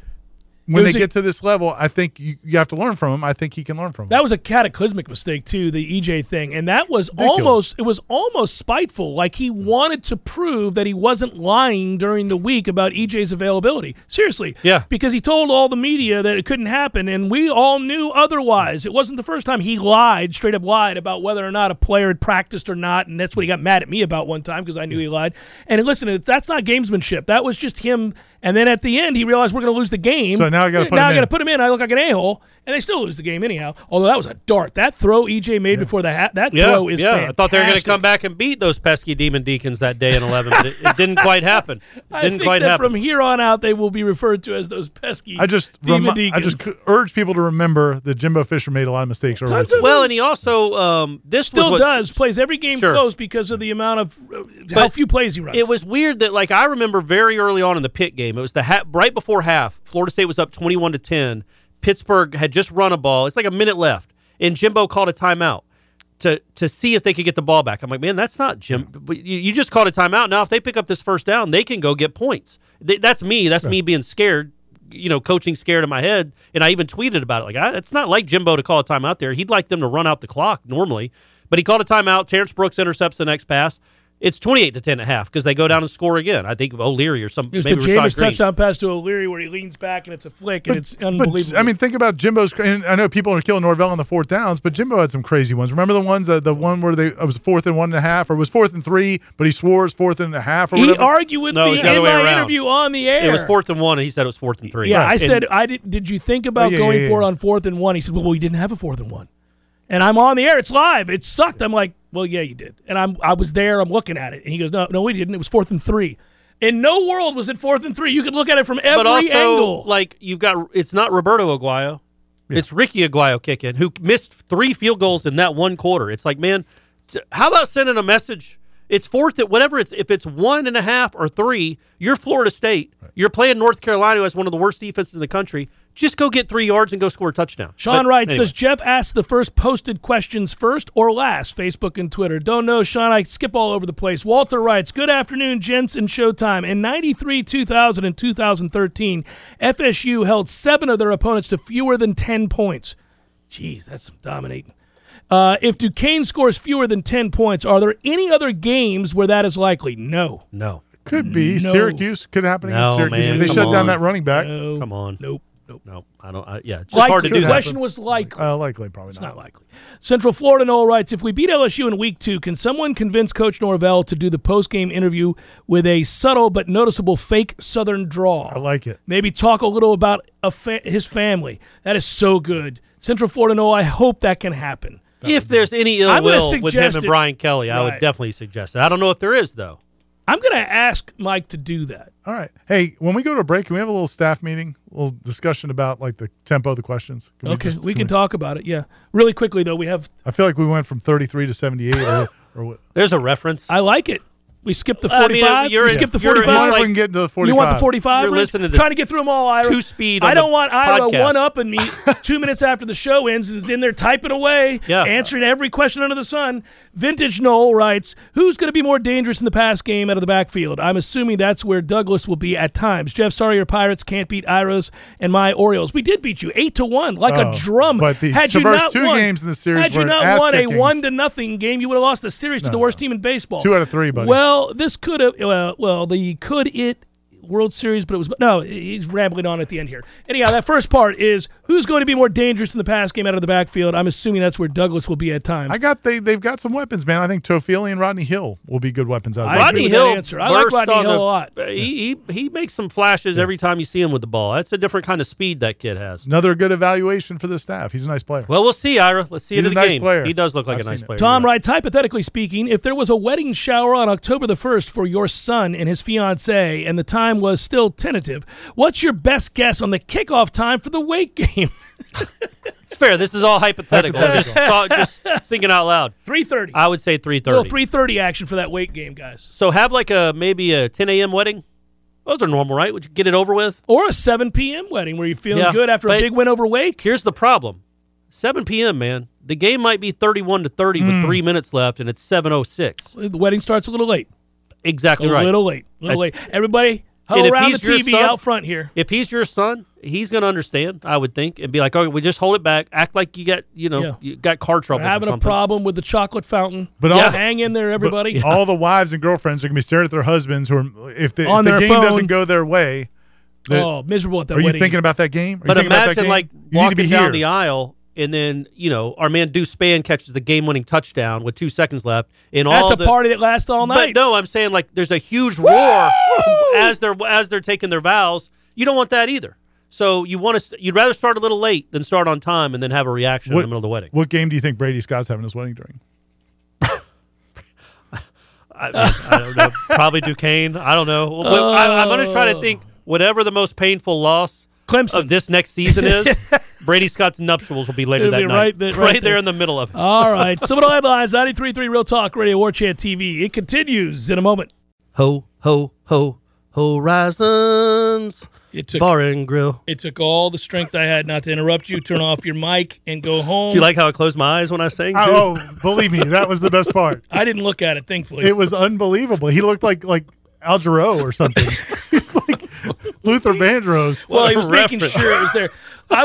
S3: when
S2: It was
S3: they
S2: a-
S3: get to this level. I think you, you have to learn from them. I think he can learn from them.
S2: That was a cataclysmic mistake too, the EJ thing, and that was
S3: Ridiculous.
S2: almost it was almost spiteful. Like he wanted to prove that he wasn't lying during the week about EJ's availability. Seriously,
S4: Yeah.
S2: because he told all the media that it couldn't happen, and we all knew otherwise. It wasn't the first time he lied, straight up lied about whether or not a player had practiced or not, and that's what he got mad at me about one time because I knew he lied. And listen, if that's not gamesmanship. That was just him. And then at the end, he realized we're going to lose the game.
S3: So now I gotta put
S2: now
S3: him
S2: I got to
S3: in.
S2: put him in. I look like an a hole, and they still lose the game anyhow. Although that was a dart. That throw EJ made before the hat. That
S4: Yeah,
S2: throw is
S4: yeah. I thought they were going to
S2: fantastic.
S4: come back and beat those pesky Demon Deacons that day in 11, but it, it didn't quite happen. Didn't
S2: I think
S4: quite
S2: that
S4: happen.
S2: from here on out, they will be referred to as those pesky.
S3: I just
S2: demon
S3: remi- I
S2: deacons.
S3: just c- urge people to remember that Jimbo Fisher made a lot of mistakes early.
S2: Tons of-
S4: well, and he also um, this was
S2: still
S4: what-
S2: does plays every game
S4: Sure.
S2: close because of the amount of uh, how
S4: But
S2: few plays he runs.
S4: It was weird that like I remember very early on in the pit game. It was the ha- right before half. Florida State was up twenty one to ten. Pittsburgh had just run a ball. It's like a minute left, and Jimbo called a timeout to to see if they could get the ball back. I'm like, man, that's not Jim. but You, you just called a timeout. Now if they pick up this first down, they can go get points. Th- that's me. That's me being scared. You know, coaching scared in my head, and I even tweeted about it. Like, I, it's not like Jimbo to call a timeout there. He'd like them to run out the clock normally, but he called a timeout. Terrence Brooks intercepts the next pass. It's 28 to 10 at half because they go down and score again. I think O'Leary or some
S2: It was
S4: maybe
S2: the
S4: Rashad
S2: Jameis
S4: Green.
S2: touchdown pass to O'Leary where he leans back and it's a flick and it's
S3: but,
S2: unbelievable.
S3: I mean, think about Jimbo's. And I know people are killing Norvell on the fourth downs, but Jimbo had some crazy ones. Remember the ones, uh, the one where they it was fourth and one and a half, or it was fourth and three, but he swore it's fourth and a half, or
S2: he
S3: whatever.
S2: argued with
S4: No, it
S2: me
S4: was the other
S2: in
S4: way
S2: my
S4: around.
S2: interview on the air.
S4: It was fourth and one, and he said it was fourth and three.
S2: Yeah, I
S4: And-
S2: said I did. Did you think about
S3: Oh, yeah,
S2: going
S3: yeah,
S2: for it
S3: yeah.
S2: on fourth and one? He said, "Well, we didn't have a fourth and one." And I'm on the air. It's live. It sucked. I'm like, "Well, yeah, you did." And I'm I was there. I'm looking at it, and he goes, "No, no, we didn't. It was fourth and three. In no world was it fourth and three. You could look at it from every
S4: but also
S2: angle.
S4: like you've got it's not Roberto Aguayo, it's Ricky Aguayo kicking who missed three field goals in that one quarter. It's like man, t- how about sending a message? It's fourth at whatever it's if it's one and a half or three. You're Florida State. You're playing North Carolina, who has one of the worst defenses in the country. Just go get three yards and go score a touchdown.
S2: Sean
S4: But
S2: writes,
S4: anyway.
S2: does Jeff ask the first posted questions first or last? Facebook and Twitter. Don't know, Sean. I skip all over the place. Walter writes, good afternoon, gents and showtime. In 93, 2000, and 2013, FSU held seven of their opponents to fewer than 10 points. Jeez, that's some dominating. Uh, if Duquesne scores fewer than 10 points, are there any other games where that is likely? No.
S4: no,
S3: could be
S2: No.
S3: Syracuse could happen against
S4: No,
S3: Syracuse.
S4: man,
S3: if they
S4: come
S3: shut
S4: on.
S3: down that running back.
S2: No.
S4: come on,
S2: Nope. Nope.
S4: no, I don't. I, yeah, it's just
S2: Likely.
S4: hard to do
S2: the
S3: that.
S2: question was likely.
S3: Uh, likely, probably
S2: It's not likely. Central Florida Noel writes If we beat LSU in week two, can someone convince Coach Norvell to do the post game interview with a subtle but noticeable fake Southern draw?
S3: I like it.
S2: Maybe talk a little about a fa- his family. That is so good. Central Florida Noel, I hope that can happen.
S4: If there's any ill
S2: I'm gonna
S4: will with him
S2: suggest
S4: and
S2: it.
S4: Brian Kelly, I would
S2: Right.
S4: definitely suggest it. I don't know if there is though.
S2: I'm going to ask Mike to do that.
S3: All right. Hey, when we go to a break, can we have a little staff meeting, a little discussion about like the tempo of the questions? Can
S2: okay,
S3: just-
S2: we can talk about it. Yeah. Really quickly, though, we have.
S3: I feel like we went from 33 to 78 or, or what?
S4: There's a reference.
S2: I like it. We skipped the
S4: I mean,
S2: 45.
S4: you're
S2: we
S4: in-
S2: skipped Uh, the
S4: you're in
S2: 45.
S3: I wonder if
S4: like-
S3: we can get into the 45.
S2: You want the 45?
S4: You're
S2: Rich?
S4: listening to
S2: trying to get through them all, Ira.
S4: two speed on
S2: I don't
S4: the
S2: want Ira
S4: podcast.
S2: one up and me two minutes after the show ends and is in there typing away,
S4: Yeah.
S2: answering every question under the sun. Vintage Noel writes, "Who's going to be more dangerous in the pass game out of the backfield? I'm assuming that's where Douglas will be at times. Jeff, sorry your Pirates can't beat Ira's and my Orioles. We did beat you eight to one, like
S3: Oh,
S2: a drum.
S3: but the
S2: had you
S3: first
S2: not
S3: two
S2: won,
S3: games in the series
S2: had you
S3: were
S2: not
S3: ass
S2: won a
S3: kickings.
S2: one to nothing game, you would have lost the series to the worst team in baseball.
S3: Two out of three, buddy.
S2: Well, well, this could have. Well, well, the could it World Series, but it was no. He's rambling on at the end here. Anyhow, that first part is who's going to be more dangerous in the pass game out of the backfield. I'm assuming that's where Douglas will be at times.
S3: I got they they've got some weapons, man. I think Toffoli and Rodney Hill will be good weapons out of the
S2: I agree
S4: Rodney
S2: with that
S4: Hill.
S2: answer. I like
S4: burst
S2: Rodney
S4: on
S2: Hill
S4: the-
S2: a lot.
S4: He, he he makes some flashes every time you see him with the ball. That's a different kind of speed that kid has.
S3: Another good evaluation for the staff. He's a nice player.
S4: Well, we'll see, Ira. Let's see
S3: He's
S4: it
S3: a
S4: in the
S3: nice
S4: game.
S3: player.
S4: He does look like
S3: I've
S4: a nice
S3: seen it.
S4: player.
S2: Tom
S4: You're right.
S2: writes, hypothetically speaking, if there was a wedding shower on October the 1st for your son and his fiancee, and the time was still tentative, what's your best guess on the kickoff time for the weight game?
S4: It's fair. This is all hypothetical. just, thought- just thinking out loud.
S2: 3.30.
S4: I would say three
S2: Little
S4: thirty.
S2: 3.30 action for that weight game, guys.
S4: So have like a maybe a ten a.m. wedding. Those are normal, right? Would you get it over with?
S2: Or a 7 p.m. wedding where you're feeling
S4: Yeah,
S2: good after a
S4: but-
S2: big win over Wake.
S4: Here's the problem. 7 p.m. Man, the game might be 31 to 30
S2: Hmm.
S4: with three minutes left, and it's 7:06.
S2: The wedding starts a little late. A
S4: Exactly right.
S2: little late. A little late.
S4: That's-
S2: Everybody, huddle
S4: And if
S2: around the
S4: he's your
S2: TV
S4: son-
S2: out front here.
S4: If he's your son, he's going to understand, I would think, and be like, "Okay, we just hold it back. Act like you got, you know,
S2: Yeah.
S4: you got car trouble
S2: We're
S4: or
S2: having a
S4: something."
S2: problem with the chocolate fountain.
S3: But
S4: Yeah.
S3: all,
S2: Hang in there, everybody.
S3: all the wives and girlfriends are gonna be staring at their husbands who are if the,
S2: On
S3: if the
S2: their
S3: game
S2: phone.
S3: doesn't go their way. they're-
S2: oh, miserable at that
S3: are you
S2: wedding.
S3: thinking about that game? Are you
S4: But
S3: thinking about that
S4: imagine
S3: game?
S4: like
S3: you need to
S4: walking
S3: be
S4: down
S3: here.
S4: the aisle and then, you know, our man Deuce Span catches the game-winning touchdown with 2 seconds left and
S2: That's
S4: all
S2: a
S4: the
S2: party that lasts all night.
S4: But no, I'm saying like there's a huge roar as they're as they're taking their vows. You don't want that either. So you want to you'd rather start a little late than start on time and then have a reaction in the middle of the wedding.
S3: What game do you think Brady Scott's having his wedding during?
S4: I, mean, I don't know. Probably Duquesne. I don't know. Well, I, I'm going to try to think
S2: Oh.
S4: whatever the most painful loss
S2: Clemson.
S4: of this next season is. Brady Scott's nuptials will be later
S2: It'll
S4: that
S2: be
S4: night,
S2: right there- right there. Uh,
S4: in the middle of it.
S2: All right. Seminole Headlines, 93.3 Real Talk Radio, War Chant TV. It continues in a moment.
S4: ho ho ho horizons
S2: It took,
S4: bar and grill.
S2: it took all the strength I had not to interrupt you, turn off your mic, and go home.
S4: Do you like how I closed my eyes when I sang? too?
S3: Oh, oh, believe me, that was the best part.
S2: I didn't look at it, thankfully.
S3: It was unbelievable. He looked like like Al Jarreau or something. He's like Luther Vandross.
S2: well, he
S4: a
S2: was making
S4: reference.
S2: sure it was there. I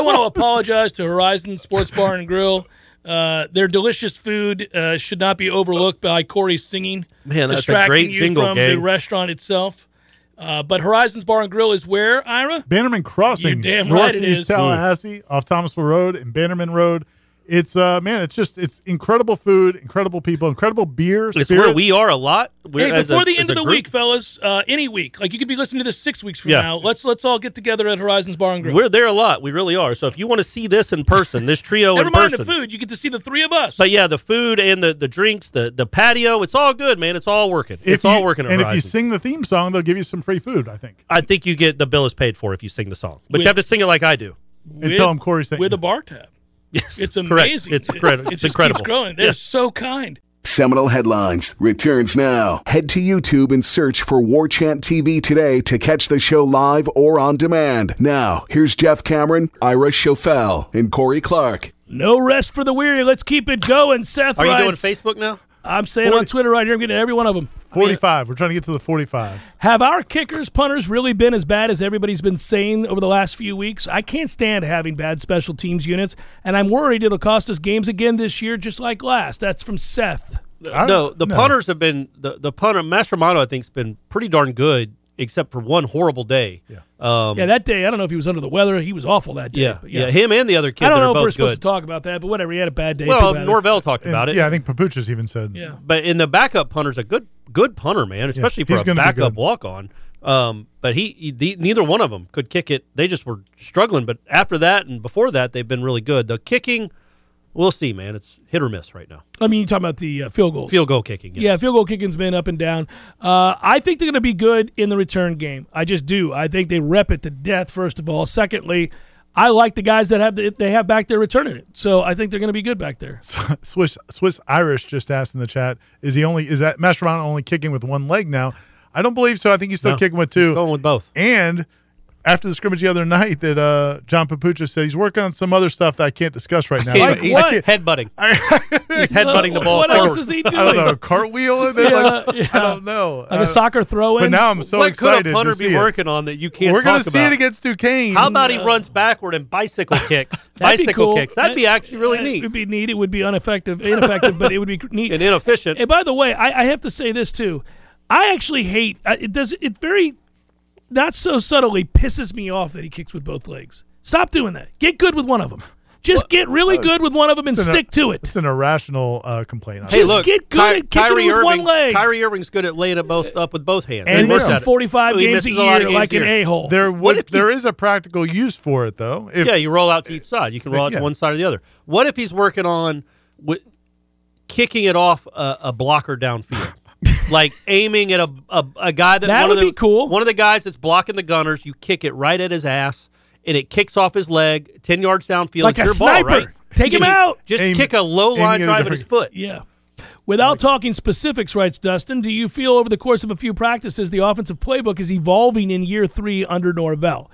S2: want to apologize to Horizon Sports Bar and Grill. Uh, their delicious food uh, should not be overlooked by Corey's singing.
S4: Man, that's a
S2: distracting
S4: great
S2: you
S4: jingle,
S2: from the
S4: gang.
S2: restaurant itself. Uh, but Horizons Bar and Grill is where, Ira?
S3: Bannerman Crossing.
S2: You're damn right it
S3: northeast
S2: is.
S3: Tallahassee off Thomasville Road and Bannerman Road. It's uh man, it's just it's incredible food, incredible people, incredible beer.
S4: It's
S3: spirits.
S4: where we are a lot. We're,
S2: Hey,
S4: as a-
S2: before
S4: as
S2: the end
S4: a
S2: of the
S4: group,
S2: week, fellas, uh, any week, like you could be listening to this six weeks from
S4: Yeah.
S2: now. Let's let's all get together at Horizons Bar and Grill.
S4: we're there a lot. We really are. So if you want to see this in person, this trio
S2: Never
S4: in
S2: mind
S4: person.
S2: the food; you get to see the three of us.
S4: But yeah, the food and the, the drinks, the, the patio, it's all good, man. It's all working.
S3: If
S4: it's all
S3: you-
S4: working at
S3: And if you
S4: Horizon.
S3: sing the theme song, they'll give you some free food, I think.
S4: I think you get the bill is paid for if you sing the song, but
S2: With-
S4: you have to sing it like I do.
S3: And tell them Corey sent
S2: with
S3: you.
S2: a bar tab.
S4: Yes,
S2: It's
S4: correct.
S2: amazing.
S4: It's incredible.
S2: It
S4: it's
S2: just
S4: incredible.
S2: keeps growing. They're
S4: Yeah.
S2: so kind.
S1: Seminole Headlines returns now. Head to YouTube and search for War Chant TV today to catch the show live or on demand. Now, here's Jeff Cameron, Ira Schofel, and Corey Clark.
S2: No rest for the weary. Let's keep it going, Seth.
S4: Are you doing
S2: writes-
S4: Facebook now?
S2: I'm saying on Twitter right here. I'm getting every one of them.
S3: 45. We're trying to get to the 45.
S2: Have our kickers, punters really been as bad as everybody's been saying over the last few weeks? I can't stand having bad special teams units, and I'm worried it'll cost us games again this year, just like last. That's from Seth.
S3: I
S4: no,
S3: don't-
S4: the punters have been the, the punter Master Mono. I think has been pretty darn good, except for one horrible day. Yeah, um,
S2: Yeah, that day, I don't know if he was under the weather. He was awful that day.
S4: yeah,
S2: but
S4: yeah, Him and the other kid.
S2: I don't
S4: that
S2: know
S4: are
S2: if
S4: both
S2: we're supposed
S4: good.
S2: to talk about that, but whatever. He had a bad day.
S4: Well,
S2: People had it.
S4: Norvell talked
S3: And,
S4: about it.
S3: Yeah, I think Papucha's even said.
S2: Yeah.
S4: But in the backup punter's a good good punter, man, especially
S3: he's
S4: for a
S3: gonna be
S4: backup
S3: good.
S4: walk on. Um, but he, he the, neither one of them could kick it. They just were struggling. But after that and before that, they've been really good. The kicking, we'll see, man. It's hit or miss right now.
S2: I mean, you talking about the uh, field goals.
S4: Field goal kicking.
S2: Yeah, field goal kicking's been up and down. Uh, I think they're going to be good in the return game. I just do. I think they rep it to death. First of all, secondly, I like the guys that have the, they have back there returning it. So I think they're going to be good back there.
S3: Swiss Swiss Irish just asked in the chat, is he only is that Master Mono only kicking with one leg now? I don't believe so. I think he's still
S4: No,
S3: kicking with
S4: he's
S3: two.
S4: going with both.
S3: And after the scrimmage the other night, that uh, John Papucha said he's working on some other stuff that I can't discuss right now.
S4: He's,
S3: Like
S4: he's
S3: what?
S4: headbutting. he's headbutting the ball.
S2: What
S4: forward.
S2: else is he doing?
S3: I don't know, cartwheel. And then, like,
S2: Yeah,
S3: I
S2: yeah.
S3: don't know.
S2: Like
S3: Uh,
S2: a soccer throw in.
S3: But now I'm so
S4: what
S3: excited
S4: could a punter
S3: to see
S4: be
S3: it.
S4: working on that you can't
S3: We're
S4: talk
S3: gonna see
S4: about?
S3: it against Duquesne.
S4: How about he runs backward and bicycle kicks?
S2: That'd be
S4: bicycle
S2: cool.
S4: kicks. That'd be
S2: That-
S4: actually really
S2: that
S4: neat
S2: Would be neat. It would be ineffective, ineffective, but it would be neat.
S4: and inefficient.
S2: And by the way, I, I have to say this too. I actually hate. I- It does. It very not so subtly pisses me off that he kicks with both legs. Stop doing that. Get good with one of them. Just get
S4: Uh,
S2: really good with one of them and
S3: It's an-
S2: stick to it.
S3: It's an irrational uh, complaint. I
S4: Hey,
S3: think.
S2: Just
S4: look,
S2: get good at kicking
S4: Kyrie
S2: it with one
S4: Irving-
S2: leg.
S4: Kyrie Irving's good at laying it
S3: Uh,
S4: both up with both hands.
S2: And
S4: He works
S2: missing
S4: at it.
S2: 45
S4: He
S2: games a
S4: misses lot
S2: year
S4: of
S2: like
S4: games
S2: an
S4: a year.
S2: a-hole.
S3: there would
S4: if you-
S3: there is a practical use for it though. If
S4: yeah, you roll out to each side. You can roll out
S3: Yeah.
S4: to one side or the other. What if he's working on wi- kicking it off a, a blocker downfield? like aiming at a, a, a guy that, one
S2: That
S4: of
S2: would
S4: the-
S2: be cool.
S4: One of the guys that's blocking the gunners, you kick it right at his ass, and it kicks off his leg ten yards downfield.
S2: Like
S4: it's
S2: a
S4: your
S2: sniper.
S4: ball, right?
S2: Take him
S4: You
S2: out.
S4: Just
S3: Aim-
S4: kick a low
S3: aiming at
S4: line
S3: a
S4: drive at his
S3: different-
S4: foot.
S2: Yeah. Without talking specifics, writes Dustin, do you feel over the course of a few practices the offensive playbook is evolving in year three under Norvell?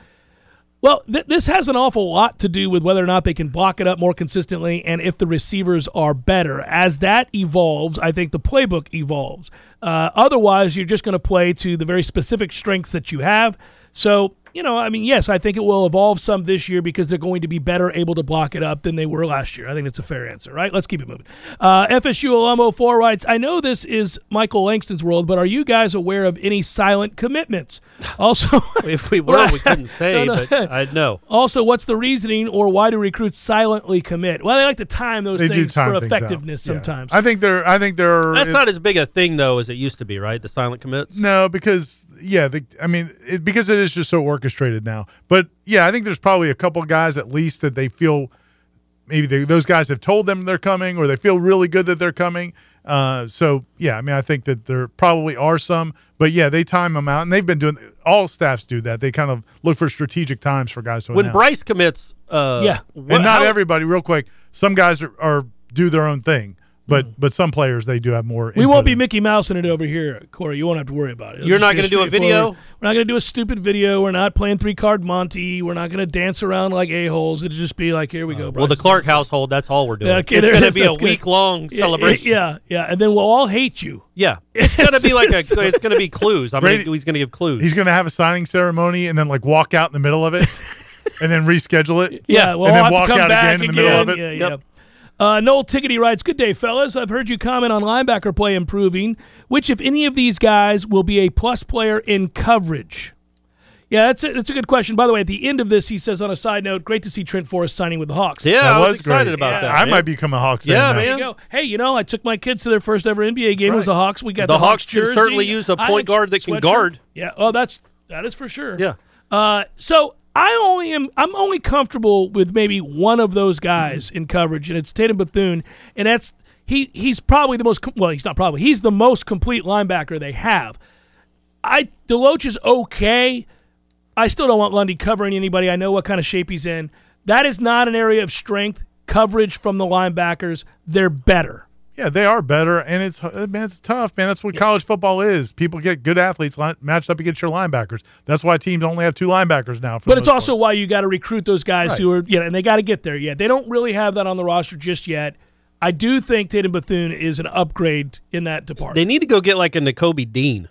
S2: Well, th- this has an awful lot to do with whether or not they can block it up more consistently and if the receivers are better. As that evolves, I think the playbook evolves. Uh, otherwise, you're just going to play to the very specific strengths that you have. So, you know, I mean, yes, I think it will evolve some this year because they're going to be better able to block it up than they were last year. I think that's a fair answer, right? Let's keep it moving. Uh, FSU alum 04 writes, I know this is Michael Langston's world, but are you guys aware of any silent commitments? Also,
S4: If we were, we couldn't say,
S2: No, no.
S4: but I know.
S2: Also, what's the reasoning or why do recruits silently commit? Well, they like to time those
S3: they do
S2: things
S3: time
S2: for
S3: things out.
S2: effectiveness
S3: Yeah.
S2: sometimes.
S3: I think there. I think there.
S4: That's
S3: it-
S4: not as big a thing though as it used to be, right? The silent commits.
S3: No, because yeah, the, I mean, it, because it is just so orchestrated now. But yeah, I think there's probably a couple guys at least that they feel maybe they, those guys have told them they're coming, or they feel really good that they're coming. Uh, so yeah, I mean, I think that there probably are some, but yeah, they time them out, and they've been doing. All staffs do that. They kind of look for strategic times for guys to
S4: When
S3: announce.
S4: Bryce commits, uh,
S2: Yeah.
S4: what-
S3: and not
S4: how-
S3: everybody. Real quick, some guys are, are do their own thing, but but some players they do have more.
S2: Mm. we
S3: input
S2: won't be
S3: in.
S2: Mickey Mouse in it over here, Corey. You won't have to worry about it. It'll
S4: You're
S2: just
S4: not
S2: be
S4: gonna do a
S2: straightforward-
S4: video?
S2: We're not going to do a stupid video. We're not playing three card Monty. We're not going to dance around like a-holes. It'll just be like, here we go, bro.
S4: Uh, Well, the Clark household, that's all we're doing.
S2: Yeah, okay,
S4: it's
S2: there
S4: going
S2: it
S4: to
S2: is.
S4: be a
S2: That's good.
S4: week long celebration. Yeah.
S2: Yeah, yeah. And then we'll all hate you.
S4: It's going to be like a, it's going to be clues. I'm
S3: Brady-
S4: gonna, he's going to give clues.
S3: He's going to have a signing ceremony and then like walk out in the middle of it and then reschedule it.
S2: Yeah, well,
S3: and then
S2: I'll have
S3: walk
S2: to come
S3: out
S2: back
S3: again in the middle of it.
S2: Yeah,
S4: Yep.
S2: yeah. Uh, Noel Tickety writes, "Good day, fellas. I've heard you comment on linebacker play improving. Which, if any of these guys, will be a plus player in coverage?" Yeah, that's a, that's a good question. By the way, at the end of this, he says on a side note, "Great to see Trent Forrest signing with the Hawks."
S4: yeah,
S3: That
S4: I was,
S3: was
S4: excited
S3: great.
S4: about
S3: Yeah,
S4: that.
S3: I
S4: man.
S3: might become a Hawks
S4: Yeah,
S3: fan. now.
S4: man.
S2: There you go. Hey, you know, I took my kids to their first ever NBA game. It was
S3: right.
S2: the Hawks. We got
S4: The
S2: the,
S4: Hawks
S2: Hawks
S4: could
S2: jersey.
S4: certainly use a
S2: I
S4: point
S2: had
S4: guard that can
S2: sweatshirt.
S4: guard.
S2: Yeah. Oh, that's that is for sure.
S4: Yeah.
S2: Uh, so I only am I'm only comfortable with maybe one of those guys in coverage, and it's Tatum Bethune, and that's he he's probably the most com- well he's not probably he's the most complete linebacker they have. I Deloach is okay. I still don't want Lundy covering anybody. I know what kind of shape he's in. That is not an area of strength. Coverage from the linebackers, they're better.
S3: Yeah, they are better, and it's uh, man, it's tough, man. That's what college football is. People get good athletes line, matched up against your linebackers. That's why teams only have two linebackers now. For the
S2: But it's
S3: most
S2: also
S3: part.
S2: why you got to recruit those guys who are, you know, and they got to get there yet. They don't really have that on the roster just yet. I do think Tatum Bethune is an upgrade in that
S4: They
S2: department.
S4: need to go get like a Nicobe Dean.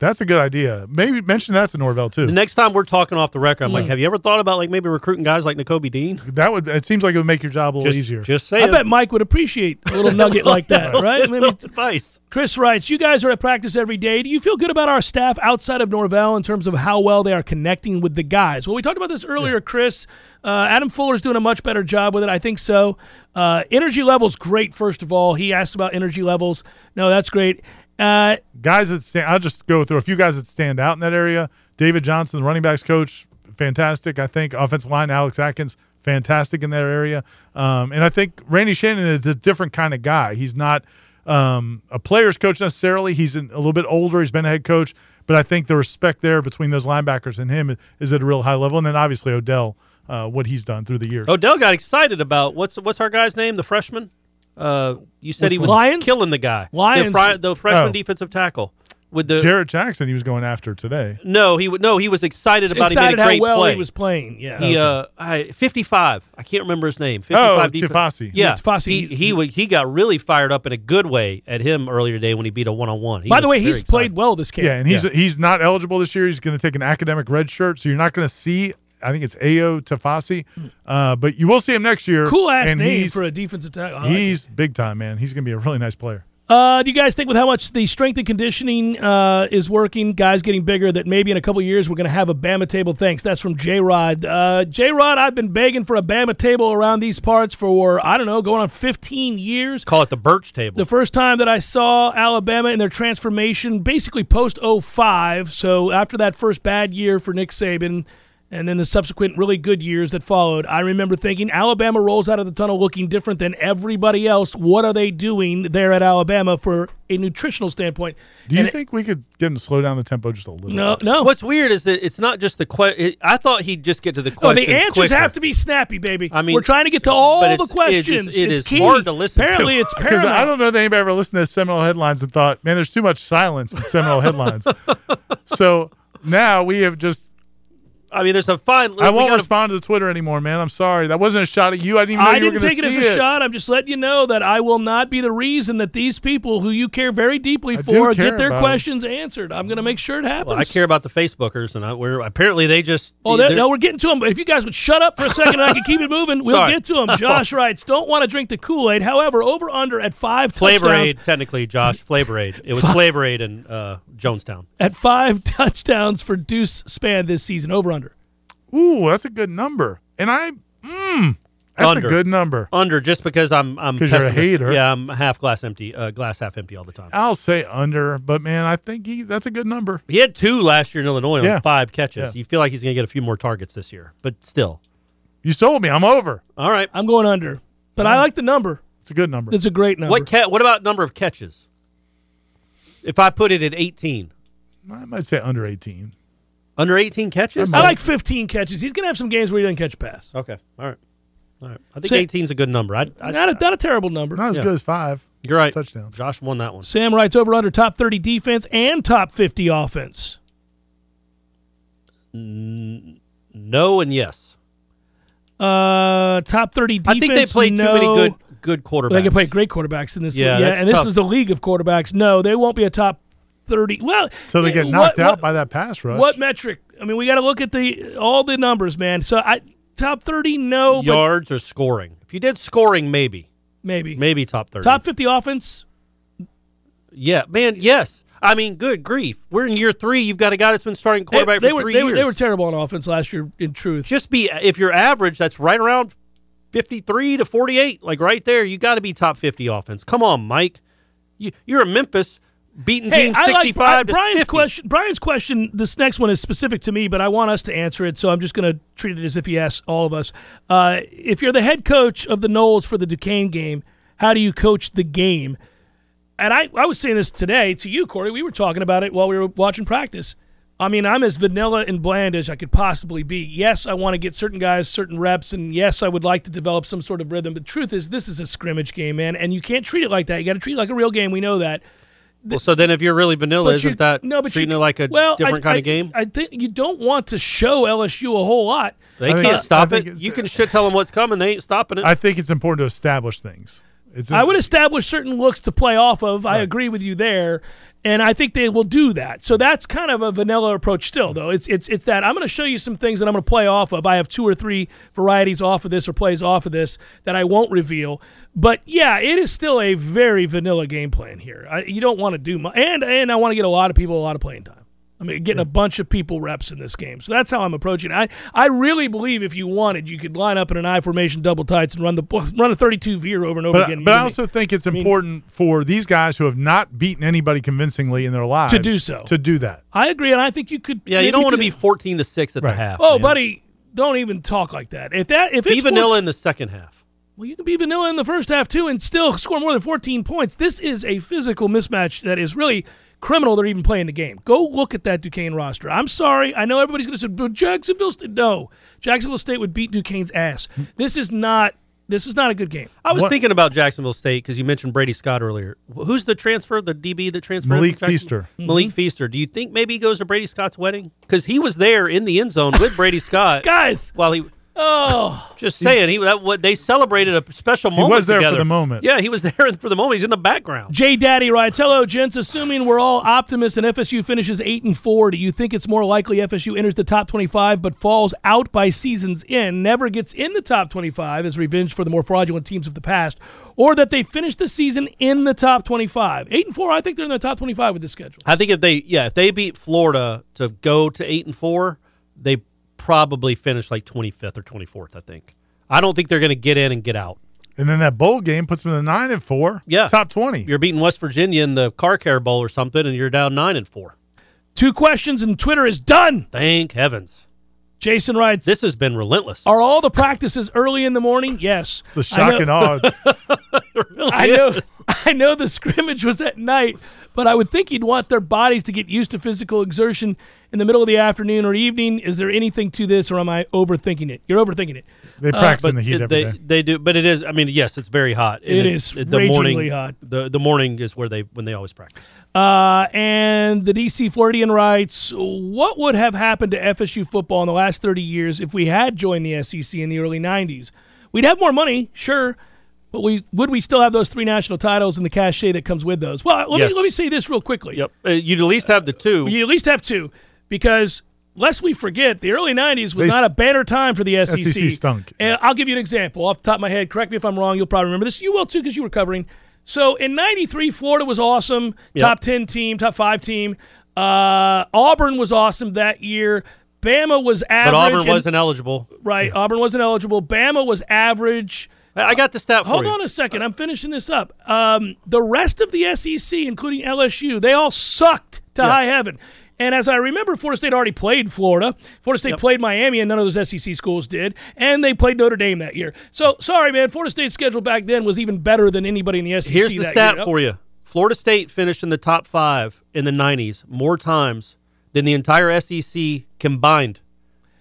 S3: that's a good idea. Maybe mention that to Norvell too.
S4: The next time we're talking off the record, I'm like, have you ever thought about like maybe recruiting guys like Nicobe Dean?
S3: that would it seems like it would make your job a little
S4: Just,
S3: easier.
S4: Just
S2: I
S4: saying.
S2: bet Mike would appreciate a little nugget like that, right? Maybe-
S4: advice.
S2: Chris writes, You guys are at practice every day. Do you feel good about our staff outside of Norvell in terms of how well they are connecting with the guys? Well, we talked about this earlier, Chris. Uh, Adam Fuller's doing a much better job with it. I think so. Uh, energy levels, great, first of all. He asked about energy levels. No, that's great. Uh,
S3: guys that stand, I'll just go through a few guys that stand out in that area. David Johnson, the running backs coach, fantastic. I think offensive line Alex Atkins, fantastic in that area. Um, and I think Randy Shannon is a different kind of guy. He's not um, a player's coach necessarily. He's an, a little bit older. He's been a head coach, but I think the respect there between those linebackers and him is at a real high level. And then obviously Odell, uh, what he's done through the years.
S4: Odell got excited about what's what's our guy's name, the freshman. Uh, you said
S2: Which
S4: he was
S2: one? Lions?
S4: killing the guy.
S2: Lions.
S4: the, fri- the freshman
S3: Oh.
S4: defensive tackle with the
S3: Jarrett Jackson, he was going after today.
S4: no, he w- no, he was excited about
S2: excited
S4: he made a
S2: how
S4: great
S2: well
S4: play.
S2: he was playing. Yeah.
S4: He, uh, I, 55. I can't remember his name. 55
S3: Oh,
S4: defense-
S3: Chifasi.
S4: Yeah,
S2: Chifasi,
S4: He,
S2: he's-
S4: he wa- he got really fired up in a good way at him earlier today when he beat a one on one.
S2: By the way, he's played well this game.
S3: Yeah, and he's he's not eligible this year. He's going to take an academic red shirt, so you're not going to see. I think it's Ao Tafasi, uh, but you will see him next year.
S2: Hmm. Cool ass
S3: and
S2: name
S3: he's-
S2: for a defensive tackle. I like it.
S3: he's big time, man. He's going to be a really nice player.
S2: Uh, do you guys think with how much the strength and conditioning uh, is working, guys getting bigger, that maybe in a couple years we're going to have a Bama table? Thanks. That's from J Rod. Uh, J Rod, I've been begging for a Bama table around these parts for, I don't know, going on 15 years.
S4: Call it the birch table.
S2: The first time that I saw Alabama in their transformation, basically post 05, so after that first bad year for Nick Saban and then the subsequent really good years that followed, I remember thinking Alabama rolls out of the tunnel looking different than everybody else. What are they doing there at Alabama for a nutritional standpoint?
S3: Do you
S2: And it-
S3: think we could get him to slow down the tempo just a little?
S2: no,
S3: bit?
S2: no.
S4: What's weird is that it's not just the question. I thought he'd just get to the
S2: No,
S4: question.
S2: the answers have to be snappy, baby.
S4: I mean,
S2: we're trying to get to all
S4: but
S2: the
S4: it's- it is-
S2: questions.
S4: it
S2: it's
S4: is
S2: key.
S4: hard to listen to.
S2: Apparently, it's
S3: Because
S2: paramount.
S3: I don't know that anybody ever listened to Seminole headlines and thought, man, there's too much silence in Seminole headlines. so now we have just.
S4: I mean, there's a fine.
S3: I
S4: we
S3: won't
S4: gotta-
S3: respond to the Twitter anymore, man. I'm sorry. That wasn't a shot at you. I didn't even know
S2: I
S3: you were
S2: didn't
S3: gonna
S2: take it as
S3: see
S2: a shot. I'm just letting you know that I will not be the reason that these people who you care very deeply
S3: I do
S2: for
S3: care
S2: get their
S3: about 'em.
S2: questions answered. I'm going to make sure it happens.
S4: Well, I care about the Facebookers, and I, we're apparently they just.
S2: Oh, there,
S4: they're-
S2: no, we're getting to them. But if you guys would shut up for a second and I could keep it moving, we'll
S4: Sorry.
S2: get to them. Josh writes, don't want to drink the Kool Aid. However, over under at five
S4: Flavor
S2: touchdowns.
S4: Aid, technically, Josh. Flavor Aid. It was Flavor Aid in uh, Jonestown.
S2: At five touchdowns for Deuce Span this season. Over under.
S3: Ooh, that's a good number. And I, mm, that's
S4: Under.
S3: a good number.
S4: Under, just because I'm. I'm
S3: 'Cause you're a
S4: pessimist.
S3: hater.
S4: Yeah, I'm half glass empty. Uh, glass half empty all the time.
S3: I'll say under, but man, I think he that's a good number.
S4: He had two last year in Illinois on
S3: Yeah.
S4: five catches.
S3: Yeah.
S4: You feel like he's going to get a few more targets this year, but still.
S3: You sold me. I'm over.
S4: All right.
S2: I'm going under. But I like the number.
S3: It's a good number.
S2: It's a great number.
S4: What cat? What about number of catches? If I put it at 18,
S3: I might say under 18.
S4: under 18 catches.
S2: I like 15 catches. He's going to have some games where he doesn't catch a pass.
S4: Okay. All right. All right. I think
S2: Say-
S4: 18 is a good number. I, I,
S2: Not a, not a terrible number.
S3: Not as
S4: Yeah.
S3: good as five.
S4: you're right.
S3: Touchdowns.
S4: Josh won that one.
S2: Sam writes over under top 30 defense and top 50 offense.
S4: No and yes.
S2: Uh, top 30 defense.
S4: I think they played
S2: no.
S4: too many good good quarterbacks.
S2: They can play great quarterbacks in this.
S4: Yeah,
S2: league. yeah
S4: that's
S2: and this
S4: tough.
S2: is a league of quarterbacks. No, they won't be a top 30. Well, eh,
S3: So they get
S2: what-
S3: knocked out
S2: what-
S3: by that pass rush.
S2: What metric? I mean, we got to look at the all the numbers, man. So I top 30 no, but
S4: yards or scoring. If you did scoring, maybe
S2: maybe.
S4: maybe top 30.
S2: Top 50 offense?
S4: Yeah, man. Yes. I mean, good grief. We're in year three. You've got a guy that's been starting
S2: They,
S4: quarterback
S2: they
S4: for
S2: were,
S4: three
S2: they
S4: years.
S2: were they were terrible on offense last year in truth.
S4: just be if you're average, that's right around 53 to 48, like right there. You got to be top 50 offense. Come on, Mike. You, you're a Memphis beating
S2: Hey,
S4: team
S2: I
S4: 65
S2: like I,
S4: to
S2: Brian's
S4: 50.
S2: question. Brian's question. This next one is specific to me, but I want us to answer it, so I'm just going to treat it as if he asked all of us. Uh, if you're the head coach of the Knowles for the Duquesne game, how do you coach the game? And I, I was saying this today to you, Corey. We were talking about it while we were watching practice. I mean, I'm as vanilla and bland as I could possibly be. Yes, I want to get certain guys certain reps, and yes, I would like to develop some sort of rhythm. But the truth is, this is a scrimmage game, man, and you can't treat it like that. You got to treat it like a real game. We know that.
S4: Well, so then, if you're really vanilla,
S2: But
S4: isn't
S2: you-
S4: that
S2: no, but
S4: treating
S2: you,
S4: it like a
S2: well,
S4: different
S2: I,
S4: kind
S2: I-
S4: of game?
S2: I think you don't want to show LSU a whole lot.
S4: they
S3: I think-
S4: can't
S3: I
S4: stop
S3: think
S4: it.
S3: it's-
S4: You can shit tell them what's coming. They ain't stopping it.
S3: I think it's important to establish things. It's
S2: I would establish certain looks to play off of. I agree with you there, and I think they will do that. So that's kind of a vanilla approach still, though. It's it's it's that I'm going to show you some things that I'm going to play off of. I have two or three varieties off of this or plays off of this that I won't reveal. But yeah, it is still a very vanilla game plan here. I, you don't want to do much, and and I want to get a lot of people a lot of playing time. I mean, getting a bunch of people reps in this game. So that's how I'm approaching. it. I I really believe if you wanted, you could line up in an I formation, double tights, and run the run a 32 veer over and over
S3: but,
S2: again.
S3: but I
S2: You-
S3: also think it's
S2: mean-
S3: important for these guys who have not beaten anybody convincingly in their lives
S2: To do so.
S3: To do that.
S2: I agree, and I think you could.
S4: yeah, you
S2: maybe
S4: don't want to
S2: could-
S4: be 14 to six at
S3: Right.
S4: the half.
S2: Oh,
S4: man.
S2: buddy, don't even talk like that. If that if
S4: be
S2: it's four-
S4: vanilla in the second half.
S2: well, you can be vanilla in the first half too, and still score more than 14 points. This is a physical mismatch that is really criminal. They're even playing the game. Go look at that Duquesne roster. I'm sorry, I know everybody's going to say, but Jacksonville State. No, Jacksonville State would beat Duquesne's ass. This is not. This is not a good game.
S4: I was
S3: What-
S4: thinking about Jacksonville State because you mentioned Brady Scott earlier. Wh- Who's the transfer, the DB that transferred?
S3: Malik
S4: from Jackson-
S3: Feaster.
S4: Malik Feaster. Do you think maybe he goes to Brady Scott's wedding? Because he was there in the end zone with Brady Scott
S2: Guys,
S4: while he.
S2: Oh,
S4: Just saying, he that what they celebrated a special moment.
S5: was there for
S4: together.
S5: the moment.
S4: Yeah, he was there for the moment. He's in the background.
S2: J Daddy writes, "Hello, gents. Assuming we're all optimists and FSU finishes eight and four, do you think it's more likely FSU enters the top twenty-five but falls out by season's end, never gets in the top twenty-five as revenge for the more fraudulent teams of the past, or that they finish the season in the top twenty-five? Eight and four, I think they're in the top twenty-five with this schedule.
S4: I think if they yeah if they beat Florida to go to eight and four, they probably finish like twenty fifth or twenty fourth. I think. I don't think they're going to get in and get out.
S5: And then that bowl game puts them in the nine and four.
S4: Yeah.
S5: Top twenty.
S4: You're beating West Virginia in the Car Care Bowl or something, and you're down nine and four.
S2: Two questions and Twitter is done.
S4: Thank heavens.
S2: Jason writes,
S4: This has been relentless.
S2: Are all the practices early in the morning? Yes.
S5: the shock and awe.
S2: I know, I know the scrimmage was at night, but I would think you'd want their bodies to get used to physical exertion in the middle of the afternoon or evening. Is there anything to this, or am I overthinking it? You're overthinking Uh, it.
S5: They practice in
S4: but
S5: the heat
S4: it-
S5: every
S4: they
S5: day.
S4: they do, but it is. I mean, yes, it's very hot. and
S2: It is
S4: it-
S2: ragingly
S4: morning,
S2: hot.
S4: The the morning is where they when they always practice.
S2: Uh, and the DC Floridian writes, What would have happened to FSU football in the last 30 years if we had joined the SEC in the early 90s? We'd have more money, sure, but we would we still have those three national titles and the cachet that comes with those? Well, let,
S4: Yes.
S2: me, let me say this real quickly.
S4: Yep, uh, you'd at least have the two.
S2: You at least have two because. Lest we forget, the early '90s
S5: They-
S2: was not a banner time for the
S4: E
S2: SEC.
S5: SEC stunk.
S2: And I'll give you an example off the top of my head. Correct me if I'm wrong. You'll probably remember this. You will too because you were covering. So in '93, Florida was awesome. Top ten team, top five team. Uh, Auburn was awesome that year. Bama was average.
S4: but Auburn
S2: and-
S4: wasn't eligible.
S2: right. Auburn wasn't eligible. Bama was average.
S4: I I got the stat for
S2: Hold
S4: you.
S2: on a second. I'm finishing this up. Um, the rest of the SEC, including LSU, they all sucked to high heaven. And as I remember, Florida State already played Florida. Florida State played Miami, and none of those SEC schools did. And they played Notre Dame that year. So sorry, man. Florida State's schedule back then was even better than anybody in the SEC.
S4: Here's the
S2: that
S4: stat
S2: year.
S4: for you: Florida State finished in the top five in the '90s more times than the entire SEC combined.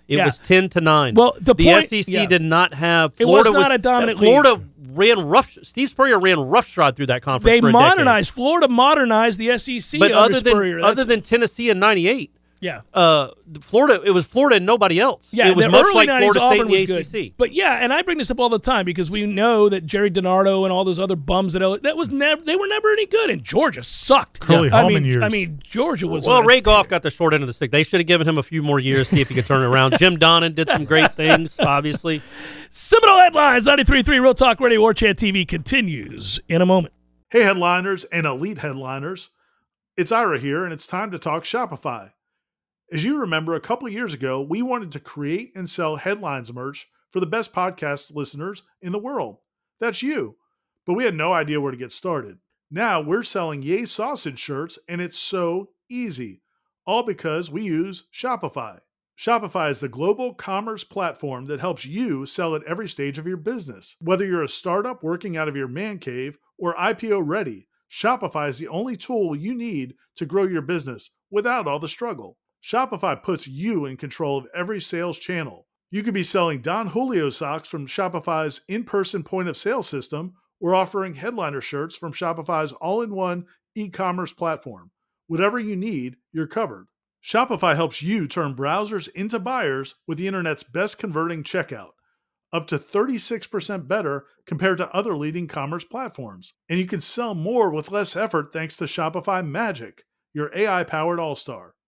S4: It
S2: Yeah.
S4: was ten to nine.
S2: Well, the point-
S4: SEC
S2: yeah.
S4: did not have.
S2: It was
S4: Florida
S2: not a dominant
S4: Florida ran rough. Steve Spurrier ran roughshod through that conference.
S2: They
S4: for a decade.
S2: modernized. Florida modernized the SEC
S4: but
S2: under
S4: other
S2: Spurrier.
S4: than
S2: That's-
S4: other than Tennessee in '98.
S2: yeah.
S4: uh, Florida. It was Florida and nobody else.
S2: Yeah,
S4: it was
S2: the
S4: much
S2: early
S4: like
S2: 90s,
S4: Florida
S2: Auburn
S4: State and
S2: was
S4: the
S2: good.
S4: ACC.
S2: But yeah, and I bring this up all the time because we know that Jerry DiNardo and all those other bums that that was never they were never any good, and Georgia sucked.
S5: Curly
S2: I
S5: Hallman
S2: mean,
S5: years.
S2: I mean, Georgia was
S4: Well,
S2: on a
S4: Ray Goff got the short end of the stick. They should have given him a few more years, see if he could turn it around. Jim Donnan did some great things, obviously.
S2: Seminole headlines 93.3 Real Talk Radio War Chat TV continues in a moment.
S3: Hey, headliners and elite headliners. It's Ira here, and it's time to talk Shopify. As you remember, a couple years ago, we wanted to create and sell headlines merch for the best podcast listeners in the world. That's you. But we had no idea where to get started. Now we're selling Yay Sausage shirts, and it's so easy, all because we use Shopify. Shopify is the global commerce platform that helps you sell at every stage of your business. Whether you're a startup working out of your man cave or IPO ready, Shopify is the only tool you need to grow your business without all the struggle. Shopify puts you in control of every sales channel. You could be selling Don Julio socks from Shopify's in person point of sale system or offering headliner shirts from Shopify's all in one e commerce platform. Whatever you need, you're covered. Shopify helps you turn browsers into buyers with the internet's best converting checkout, up to 36% better compared to other leading commerce platforms. And you can sell more with less effort thanks to Shopify Magic, your AI powered all star.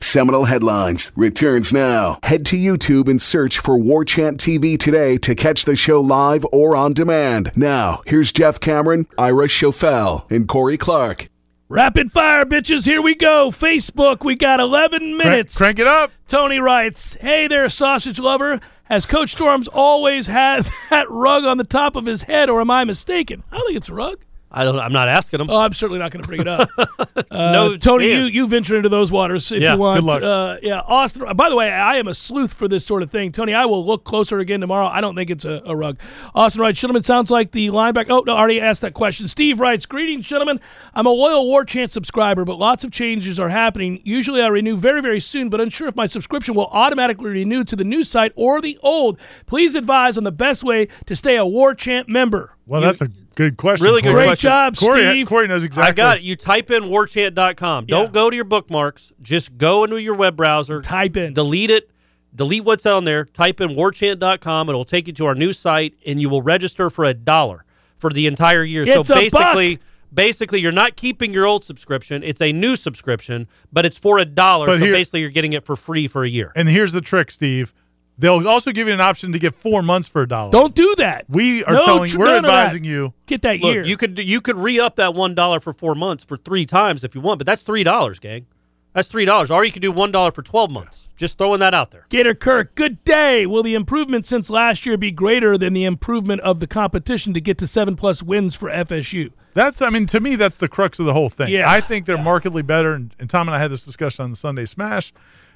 S6: Seminole Headlines returns now. Head to YouTube and search for War Chant TV today to catch the show live or on demand. Now, here's Jeff Cameron, Ira Schofel, and Corey Clark.
S2: Rapid fire, bitches. Here we go. Facebook, we got 11
S5: Crank,
S2: minutes.
S5: crank it up.
S2: Tony writes, Hey there, sausage lover. Has Coach Storms always had that rug on the top of his head, or am I mistaken? I think it's a rug.
S4: I don't. I'm not asking them.
S2: Oh, I'm certainly not going to bring it up. Uh,
S4: No
S2: Tony, you,
S4: chance.
S2: you venture into those waters if
S4: Yeah,
S2: you want.
S4: good luck.
S2: Uh, yeah, Austin. By the way, I am a sleuth for this sort of thing. Tony, I will look closer again tomorrow. I don't think it's a, a rug. Austin writes, Gentlemen, sounds like the linebacker. Oh, no, I already asked that question. Steve writes, Greetings, gentlemen. I'm a loyal War Chant subscriber, but lots of changes are happening. Usually I renew very, very soon, but unsure if my subscription will automatically renew to the new site or the old. Please advise on the best way to stay a War Chant member.
S3: Well, that's a good question.
S4: Really good
S3: Corey.
S2: Great
S4: question.
S2: job,
S3: Corey,
S2: Steve.
S3: Corey knows exactly.
S4: I got it. You type in warchant.com.
S2: Yeah.
S4: Don't go to your bookmarks. Just go into your web browser.
S2: Type in.
S4: delete it. Delete what's on there. Type in warchant.com. It'll take you to our new site, and you will register for a dollar for the entire year.
S2: It's
S4: so
S2: a buck!
S4: basically, basically, you're not keeping your old subscription. It's a new subscription, but it's for a dollar.
S3: But
S4: so
S3: here-
S4: basically, you're getting it for free for a year.
S3: And here's the trick, Steve. They'll also give you an option to get four months for a dollar.
S2: Don't do that.
S3: We are
S2: No,
S3: telling you,
S2: tr-
S3: we're
S2: none of that.
S3: advising you.
S2: Get that
S4: Look,
S2: year.
S4: you could you could re up that one dollar for four months for three times if you want, but that's three dollars, gang. That's three dollars. Or you could do one dollar for twelve months. Just throwing that out there.
S2: Gator Kirk, good day. Will the improvement since last year be greater than the improvement of the competition to get to seven plus wins for FSU?
S3: That's, I mean, to me, that's the crux of the whole thing.
S2: Yeah.
S3: I think they're markedly better. And, and Tom and I had this discussion on the Sunday Smash.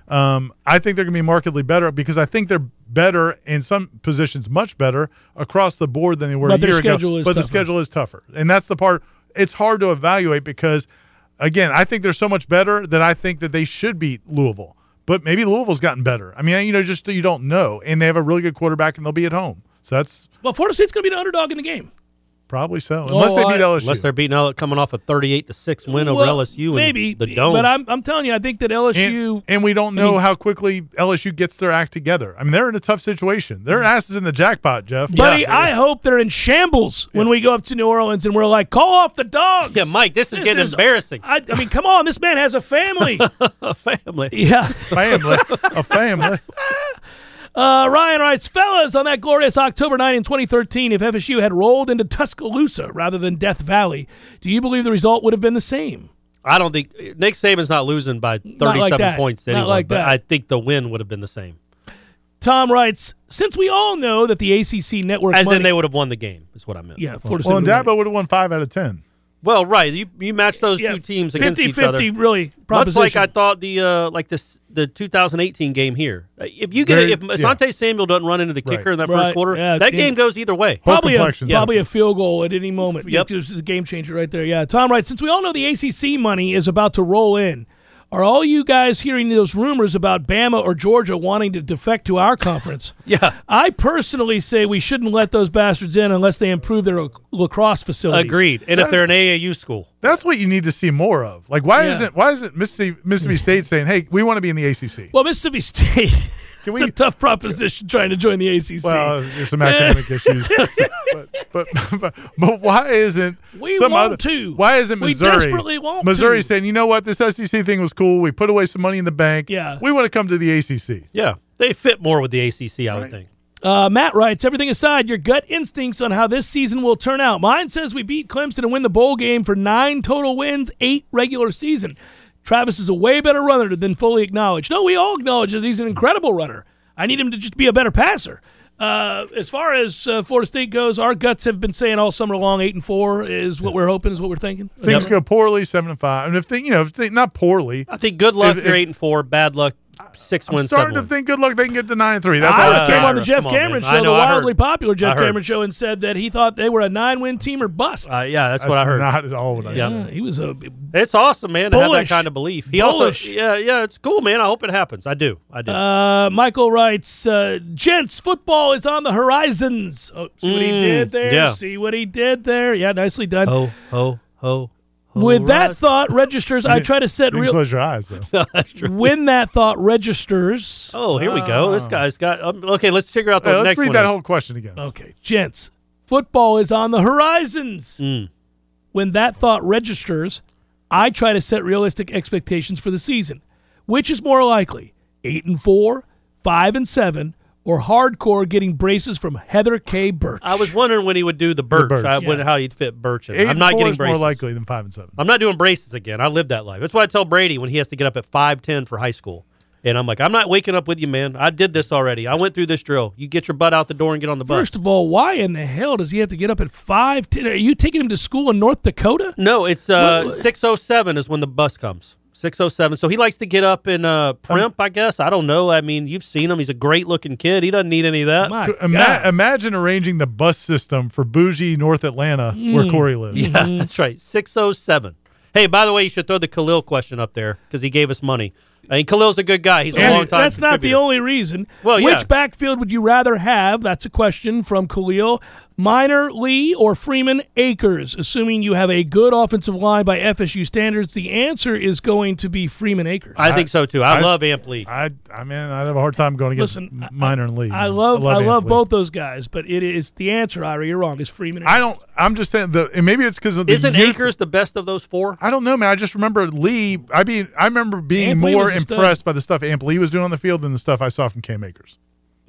S3: Um, I think they're going to be markedly better because I think they're better in some positions, much better across the board than they were
S2: But
S3: a
S2: their
S3: year
S2: schedule
S3: ago.
S2: is
S3: but the
S2: tougher.
S3: schedule is tougher, and that's the part. It's hard to evaluate because, again, I think they're so much better that I think that they should beat Louisville. But maybe Louisville's gotten better. I mean, you know, just you don't know, and they have a really good quarterback, and they'll be at home. So that's
S2: Well, Florida State's going to be the underdog in the game.
S3: probably so, unless they
S2: Oh, I-
S3: beat LSU.
S4: Unless they're beating L- coming off a thirty-eight to six win over
S2: Well,
S4: LSU, in
S2: maybe
S4: the dome.
S2: But I'm, I'm telling you, I think that
S3: and,
S2: LSU.
S3: and we don't know how quickly LSU gets their act together. I mean, they're in a tough situation.
S2: Mm-hmm.
S3: Their ass is in the jackpot, Jeff.
S2: buddy,
S4: Yeah.
S2: I hope they're in shambles when we go up to New Orleans and we're like, call off the dogs.
S4: yeah, Mike, this is getting embarrassing.
S2: I, I mean, come on, this man has a family.
S4: A family.
S2: yeah.
S3: family, a family.
S2: Uh, Ryan writes, fellas, on that glorious October night in 2013, if FSU had rolled into Tuscaloosa rather than Death Valley, do you believe the result would have been the same?
S4: I don't think Nick Saban's not losing by thirty-seven
S2: like that.
S4: points to
S2: Not
S4: anyone.
S2: like
S4: but
S2: that.
S4: I think the win would have been the same,
S2: Tom writes, since we all know that the ACC network
S4: as
S2: money,
S4: in they would have won the game. Is what I meant.
S2: yeah, Florida State
S3: Well, and
S2: would have
S3: Dabo would have won five out of ten.
S4: Well, right. You you match those
S2: won. Yeah,
S4: two teams against each other.
S2: 50-50, really
S4: Much
S2: proposition.
S4: like I thought the uh, like this the 2018 game here. Uh, If you get
S3: Very-
S4: if Asante Samuel doesn't run into the kicker in that
S2: Right,
S4: first quarter,
S2: yeah,
S4: that
S2: it-
S4: game goes either way.
S2: Probably a,
S3: complexion.
S2: probably a field goal at any moment.
S4: Yep.
S2: This is a game changer right there. Yeah. Tom writes, since we all know the ACC money is about to roll in, are all you guys hearing those rumors about Bama or Georgia wanting to defect to our conference?
S4: Yeah.
S2: I personally say we shouldn't let those bastards in unless they improve their lac- lacrosse facilities.
S4: Agreed. And if they're an AAU school,
S3: That's what you need to see more of. Like, why
S2: Yeah.
S3: isn't why isn't Mississippi, Mississippi State saying, "Hey, we want to be in the ACC"?
S2: Well, Mississippi State, it's a
S3: we-
S2: tough proposition trying to join the ACC.
S3: Well, uh, there's some academic issues, but, but but but why isn't
S2: We
S3: some
S2: want
S3: other,
S2: to.
S3: Why isn't
S2: We
S3: Missouri
S2: desperately want
S3: Missouri
S2: to.
S3: saying, you know what, this SEC thing was cool. We put away some money in the bank.
S2: Yeah.
S3: we want to come to the ACC.
S4: yeah, they fit more with the ACC. I would think.
S2: Uh, Matt writes, everything aside, your gut instincts on how this season will turn out. Mine says we beat Clemson and win the bowl game for nine total wins, eight regular season. Travis is a way better runner than fully acknowledged. No, we all acknowledge that he's an incredible runner. I need him to just be a better passer. Uh, as far as uh, Florida State goes, our guts have been saying all summer long, eight and four is what we're hoping, is what we're thinking.
S3: Things go poorly, seven and five. And if they, you know, if they, not poorly,
S4: I think good luck.
S3: If-
S4: you're
S3: if-
S4: eight and four. Bad luck. Six
S3: I'm
S4: wins.
S3: starting
S4: seven
S3: to
S4: wins.
S3: think good luck they can get to nine and three. That's all
S2: I
S3: I
S4: Uh,
S2: came on the
S4: Kyra,
S2: Jeff
S4: come on,
S2: Cameron
S4: man. I
S2: show,
S4: know,
S2: the
S4: I heard.
S2: wildly popular
S4: I
S2: Jeff
S4: heard.
S2: Cameron show, and said that he thought they were a nine-win team or bust.
S4: Uh, yeah, that's,
S3: That's
S4: what I heard.
S3: Not at all what I
S4: Yeah.
S3: said.
S2: Yeah, he was a
S4: it's awesome, man. To have that
S2: Bullish.
S4: kind of belief. He
S2: Bullish.
S4: also, yeah, yeah, it's cool, man. I hope it happens. I do. I do.
S2: Uh, Michael writes, uh, "Gents, football is on the horizons." Oh, see what he
S4: Mm,
S2: did there.
S4: yeah.
S2: See what he did there. Yeah, nicely done.
S4: oh, oh, oh.
S2: With that
S4: right.
S2: thought registers, I try to set
S3: You didn't
S2: real.
S3: close your eyes though.
S2: When that thought registers.
S4: Oh, here we go. This guy's got. Um, okay, let's figure out the
S3: Ah. Hey, let's
S4: next
S3: read
S4: one.
S3: that
S4: is.
S3: whole question again.
S2: Okay, gents, football is on the horizons.
S4: Mm.
S2: When that thought registers, I try to set realistic expectations for the season. Which is more likely, eight and four, five and seven, or hardcore getting braces from Heather K. Burch?
S4: I was wondering when he would do the birch.
S3: birch,
S4: I, when,
S2: yeah.
S4: How he'd fit birch in.
S3: Eight
S4: I'm
S3: and
S4: not
S3: four
S4: getting
S3: is
S4: braces.
S3: more likely than five and seven.
S4: I'm not doing braces again. I live that life. That's why I tell Brady when he has to get up at five ten for high school. And I'm like, I'm not waking up with you, man. I did this already. I went through this drill. You get your butt out the door and get on the bus.
S2: First of all, why in the hell does he have to get up at five? Ten, are you taking him to school in North Dakota?
S4: No, it's uh, six oh seven is when the bus comes. Six oh seven. So he likes to get up and
S2: Um,
S4: uh, primp. I guess I don't know. I mean, you've seen him. He's a great looking kid. He doesn't need any of that.
S2: My
S3: So ima-
S2: God.
S3: imagine arranging the bus system for bougie North Atlanta where Corey lives.
S4: Mm. Yeah,
S2: Mm-hmm.
S4: that's right. Six oh seven. Hey, by the way, you should throw the Khalil question up there because he gave us money. I mean, Khalil's a good guy. He's a
S2: And
S4: long time.
S2: That's not the only reason.
S4: Well, yeah.
S2: Which backfield would you rather have? That's a question from Khalil. Minor Lee or Freeman Akers? Assuming you have a good offensive line by FSU standards, the answer is going to be Freeman Akers.
S4: I think so too. I,
S3: I-
S4: love Amp Lee.
S3: I I mean I'd have a hard time going against
S2: Listen, I-
S3: minor and league.
S2: I love, I love,
S3: Anthony.
S2: both those guys, but it is the answer, Ira. You're wrong. Is Freeman? Akers.
S3: I don't. I'm just saying the and maybe it's because of the
S4: Isn't
S3: youth-
S4: Akers the best of those four?
S3: I don't know, man. I just remember Lee. I be I remember being
S2: Amp Lee
S3: more
S2: was a stud.
S3: impressed by the stuff Amp Lee was doing on the field than the stuff I saw from Cam Akers.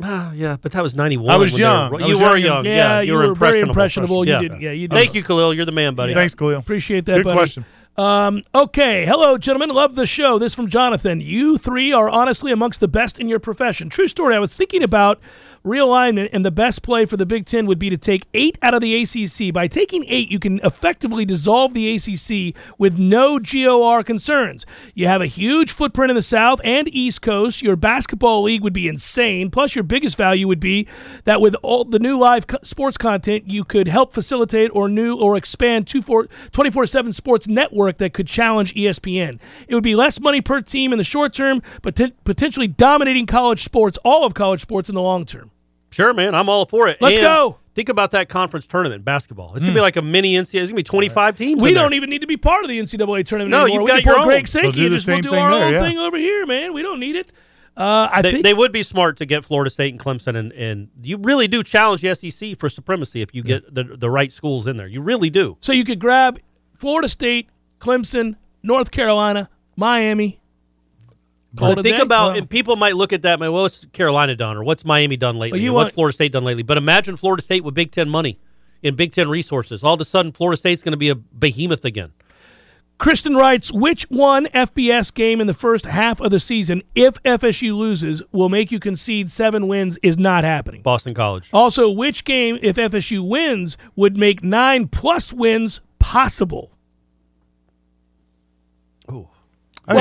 S4: Oh, yeah, but that was ninety one.
S3: I was young. I
S4: you
S3: was
S4: were
S3: young
S4: young.
S3: and-
S4: Yeah,
S2: you were very impressionable. You
S4: Yeah.
S2: didn't. Yeah, you did.
S4: Thank you, Khalil. You're the man, buddy.
S3: Thanks, Khalil.
S2: Appreciate that.
S3: Good
S2: buddy.
S3: question.
S2: Um, okay. Hello, gentlemen. Love the show. This from Jonathan. You three are honestly amongst the best in your profession. True story. I was thinking about realignment, and the best play for the Big Ten would be to take eight out of the ACC. By taking eight, you can effectively dissolve the ACC with no GOR concerns. You have a huge footprint in the South and East Coast. Your basketball league would be insane. Plus, your biggest value would be that with all the new live co- sports content, you could help facilitate or new or expand 24 7 sports network that could challenge E ESPN. It would be less money per team in the short term, but t- potentially dominating college sports, all of college sports in the long term.
S4: Sure, man. I'm all for it.
S2: Let's
S4: And
S2: go. Hmm.
S4: Think about that conference tournament basketball. It's gonna be like a mini NCAA. It's gonna be 25 teams.
S2: We
S4: in there.
S2: don't even need to be part of the NCAA tournament
S4: No,
S2: anymore.
S4: you've
S2: we
S4: got
S2: can
S4: your
S2: pull
S4: own.
S2: Greg
S3: We'll
S2: Sankey
S3: do
S2: and
S3: the
S2: just we'll
S3: same
S2: do
S3: thing
S2: our
S3: there,
S2: own
S3: yeah.
S2: thing over here, man. We don't need it. Uh, I
S4: They,
S2: think
S4: they would be smart to get Florida State and Clemson, and, and you really do challenge the SEC for supremacy if you get the, the right schools in there. You really do.
S2: So you could grab Florida State, Clemson, North Carolina, Miami. Call it a
S4: But think
S2: day.
S4: about,
S2: Wow.
S4: and people might look at that, and, well, what's Carolina done, or what's Miami done lately,
S2: Well, you
S4: or what's
S2: want-
S4: Florida State done lately? But imagine Florida State with Big Ten money and Big Ten resources. All of a sudden, Florida State's going to be a behemoth again.
S2: Kristen writes, which one FBS game in the first half of the season, if FSU loses, will make you concede seven wins is not happening.
S4: Boston College.
S2: Also, which game, if FSU wins, would make nine plus wins possible? Well,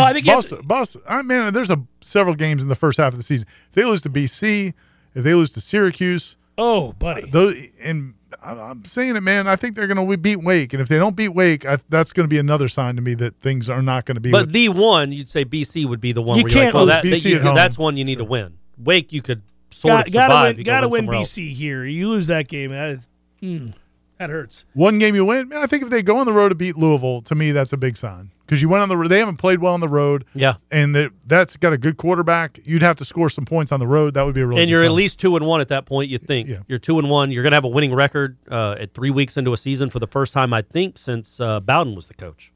S2: I think you have
S3: Boston. Boston. I mean, there's a several games in the first half of the season. If they lose to BC, if they lose to Syracuse,
S2: Oh, buddy.
S3: those and I- I'm saying it, man. I think they're going to beat Wake, and if they don't beat Wake, I, that's going to be another sign to me that things are not going to be.
S4: But
S3: what-
S4: the one, you'd say BC would be the one
S2: You
S4: where you're like,
S2: can't
S4: well,
S2: lose
S4: that, that
S3: BC
S4: you
S3: at
S4: could- that's
S3: home.
S4: one you need to win. Wake, you could sort
S2: Got,
S4: of
S2: gotta
S4: survive.
S2: win,
S4: You could
S2: gotta win
S4: somewhere else.
S2: BC here. You lose that game. That, mm, that hurts.
S3: one game you win. Man, I think if they go on the road to beat Louisville, to me that's a big sign because you went on the road. They haven't played well on the road.
S4: Yeah.
S3: and that that's got a good quarterback. You'd have to score some points on the road. That would be a really.
S4: and
S3: good
S4: you're at
S3: sign.
S4: least two and one at that point. You think
S3: Yeah.
S4: you're two and one. You're going to have a winning record uh, at three weeks into a season for the first time, I think, since uh, Bowden was the coach.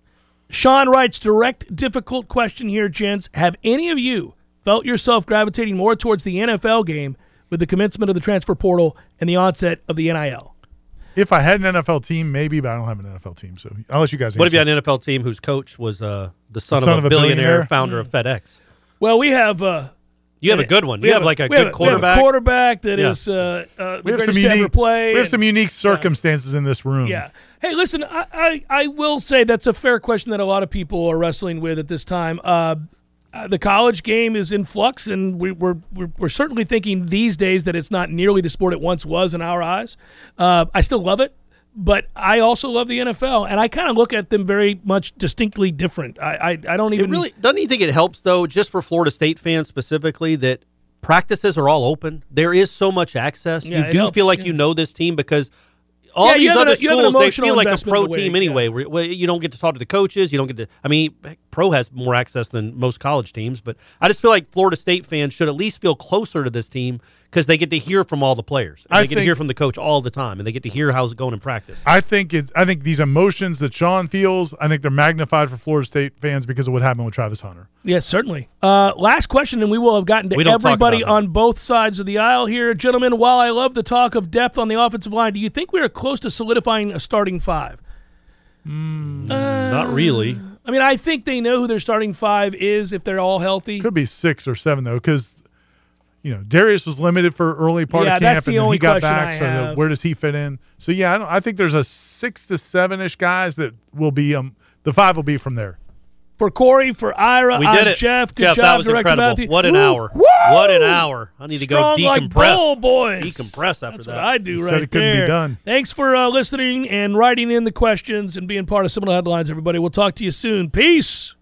S2: Sean writes direct, difficult question here, gents. Have any of you felt yourself gravitating more towards the NFL game with the commencement of the transfer portal and the onset of the NIL?
S3: if I had an NFL team, maybe, but I don't have an NFL team. So unless you guys,
S4: What if you had
S3: answer.
S4: an NFL team whose coach was uh, the son, of, a billionaire, founder of
S2: Mm.
S4: FedEx?
S2: Well, we have. Uh,
S4: You have a good one.
S2: we
S4: You have, like a
S2: we have
S4: good
S2: We
S4: quarterback.
S2: have a quarterback that
S4: Yeah.
S2: is uh, uh, the
S3: We have
S2: greatest
S3: some
S2: to ever
S3: unique.
S2: play.
S3: we have
S2: and-
S3: some unique circumstances in this
S4: Um,
S3: room.
S2: Yeah. Hey, listen, I, I, I will say that's a fair question that a lot of people are wrestling with at this time. Uh, uh, the college game is in flux, and we, we're, we're we're certainly thinking these days that it's not nearly the sport it once was in our eyes. Uh, I still love it, but I also love the NFL, and I kind of look at them very much distinctly different. I I, I don't
S4: it
S2: even
S4: really doesn't you think it helps though, just for Florida State fans specifically, that practices are all open. There is so much access.
S2: Yeah, it
S4: you do
S2: helps,
S4: feel like
S2: yeah.
S4: you know this team because all
S2: Yeah, you
S4: these
S2: have
S4: other
S2: an- e, you have an
S4: schools they
S2: emotional
S4: feel like a
S2: investment
S4: pro
S2: in the
S4: team
S2: way, yeah.
S4: anyway. where- where you don't get to talk to the coaches. You don't get to. I mean, heck, pro has more access than most college teams, but I just feel like Florida State fans should at least feel closer to this team because they get to hear from all the players. And
S3: I
S4: they get to
S3: think-
S4: hear from the coach all the time, and they get to hear how's it going in practice.
S3: I think it's. I think these emotions that Sean feels, I think they're magnified for Florida State fans because of what happened with Travis Hunter.
S2: Yes, certainly. Uh, last question, and we will have gotten to
S4: We don't talk
S2: everybody
S4: about that.
S2: on both sides of the aisle here. Gentlemen, while I love the talk of depth on the offensive line, do you think we are close to solidifying a starting five?
S4: Not really.
S2: I mean, I think they know who their starting five is if they're all healthy.
S3: Could be six or seven though, because you know Darius was limited for early part
S2: Yeah,
S3: of camp,
S2: that's the
S3: and then
S2: only
S3: he got
S2: question
S3: back.
S2: I
S3: so
S2: have.
S3: where does he fit in? So yeah, I, don't, I think there's a six to seven ish guys that will be um the five will be from there.
S2: For Corey, for Ira,
S4: We
S2: I'm
S4: did it.
S2: Jeff. Good
S4: Jeff,
S2: job,
S4: that was
S2: Director
S4: incredible.
S2: Matthew.
S4: What an
S2: Woo!
S4: hour.
S2: Woo!
S4: What an hour. I need to
S2: Strong
S4: go
S2: like
S4: decompress.
S2: bull boys.
S4: Decompress after
S2: That's
S4: that.
S2: What I do
S3: You
S2: right
S3: said it couldn't be
S2: there.
S3: done.
S2: Thanks for uh, listening and writing in the questions and being part of Seminole Headlines, everybody. We'll talk to you soon. Peace.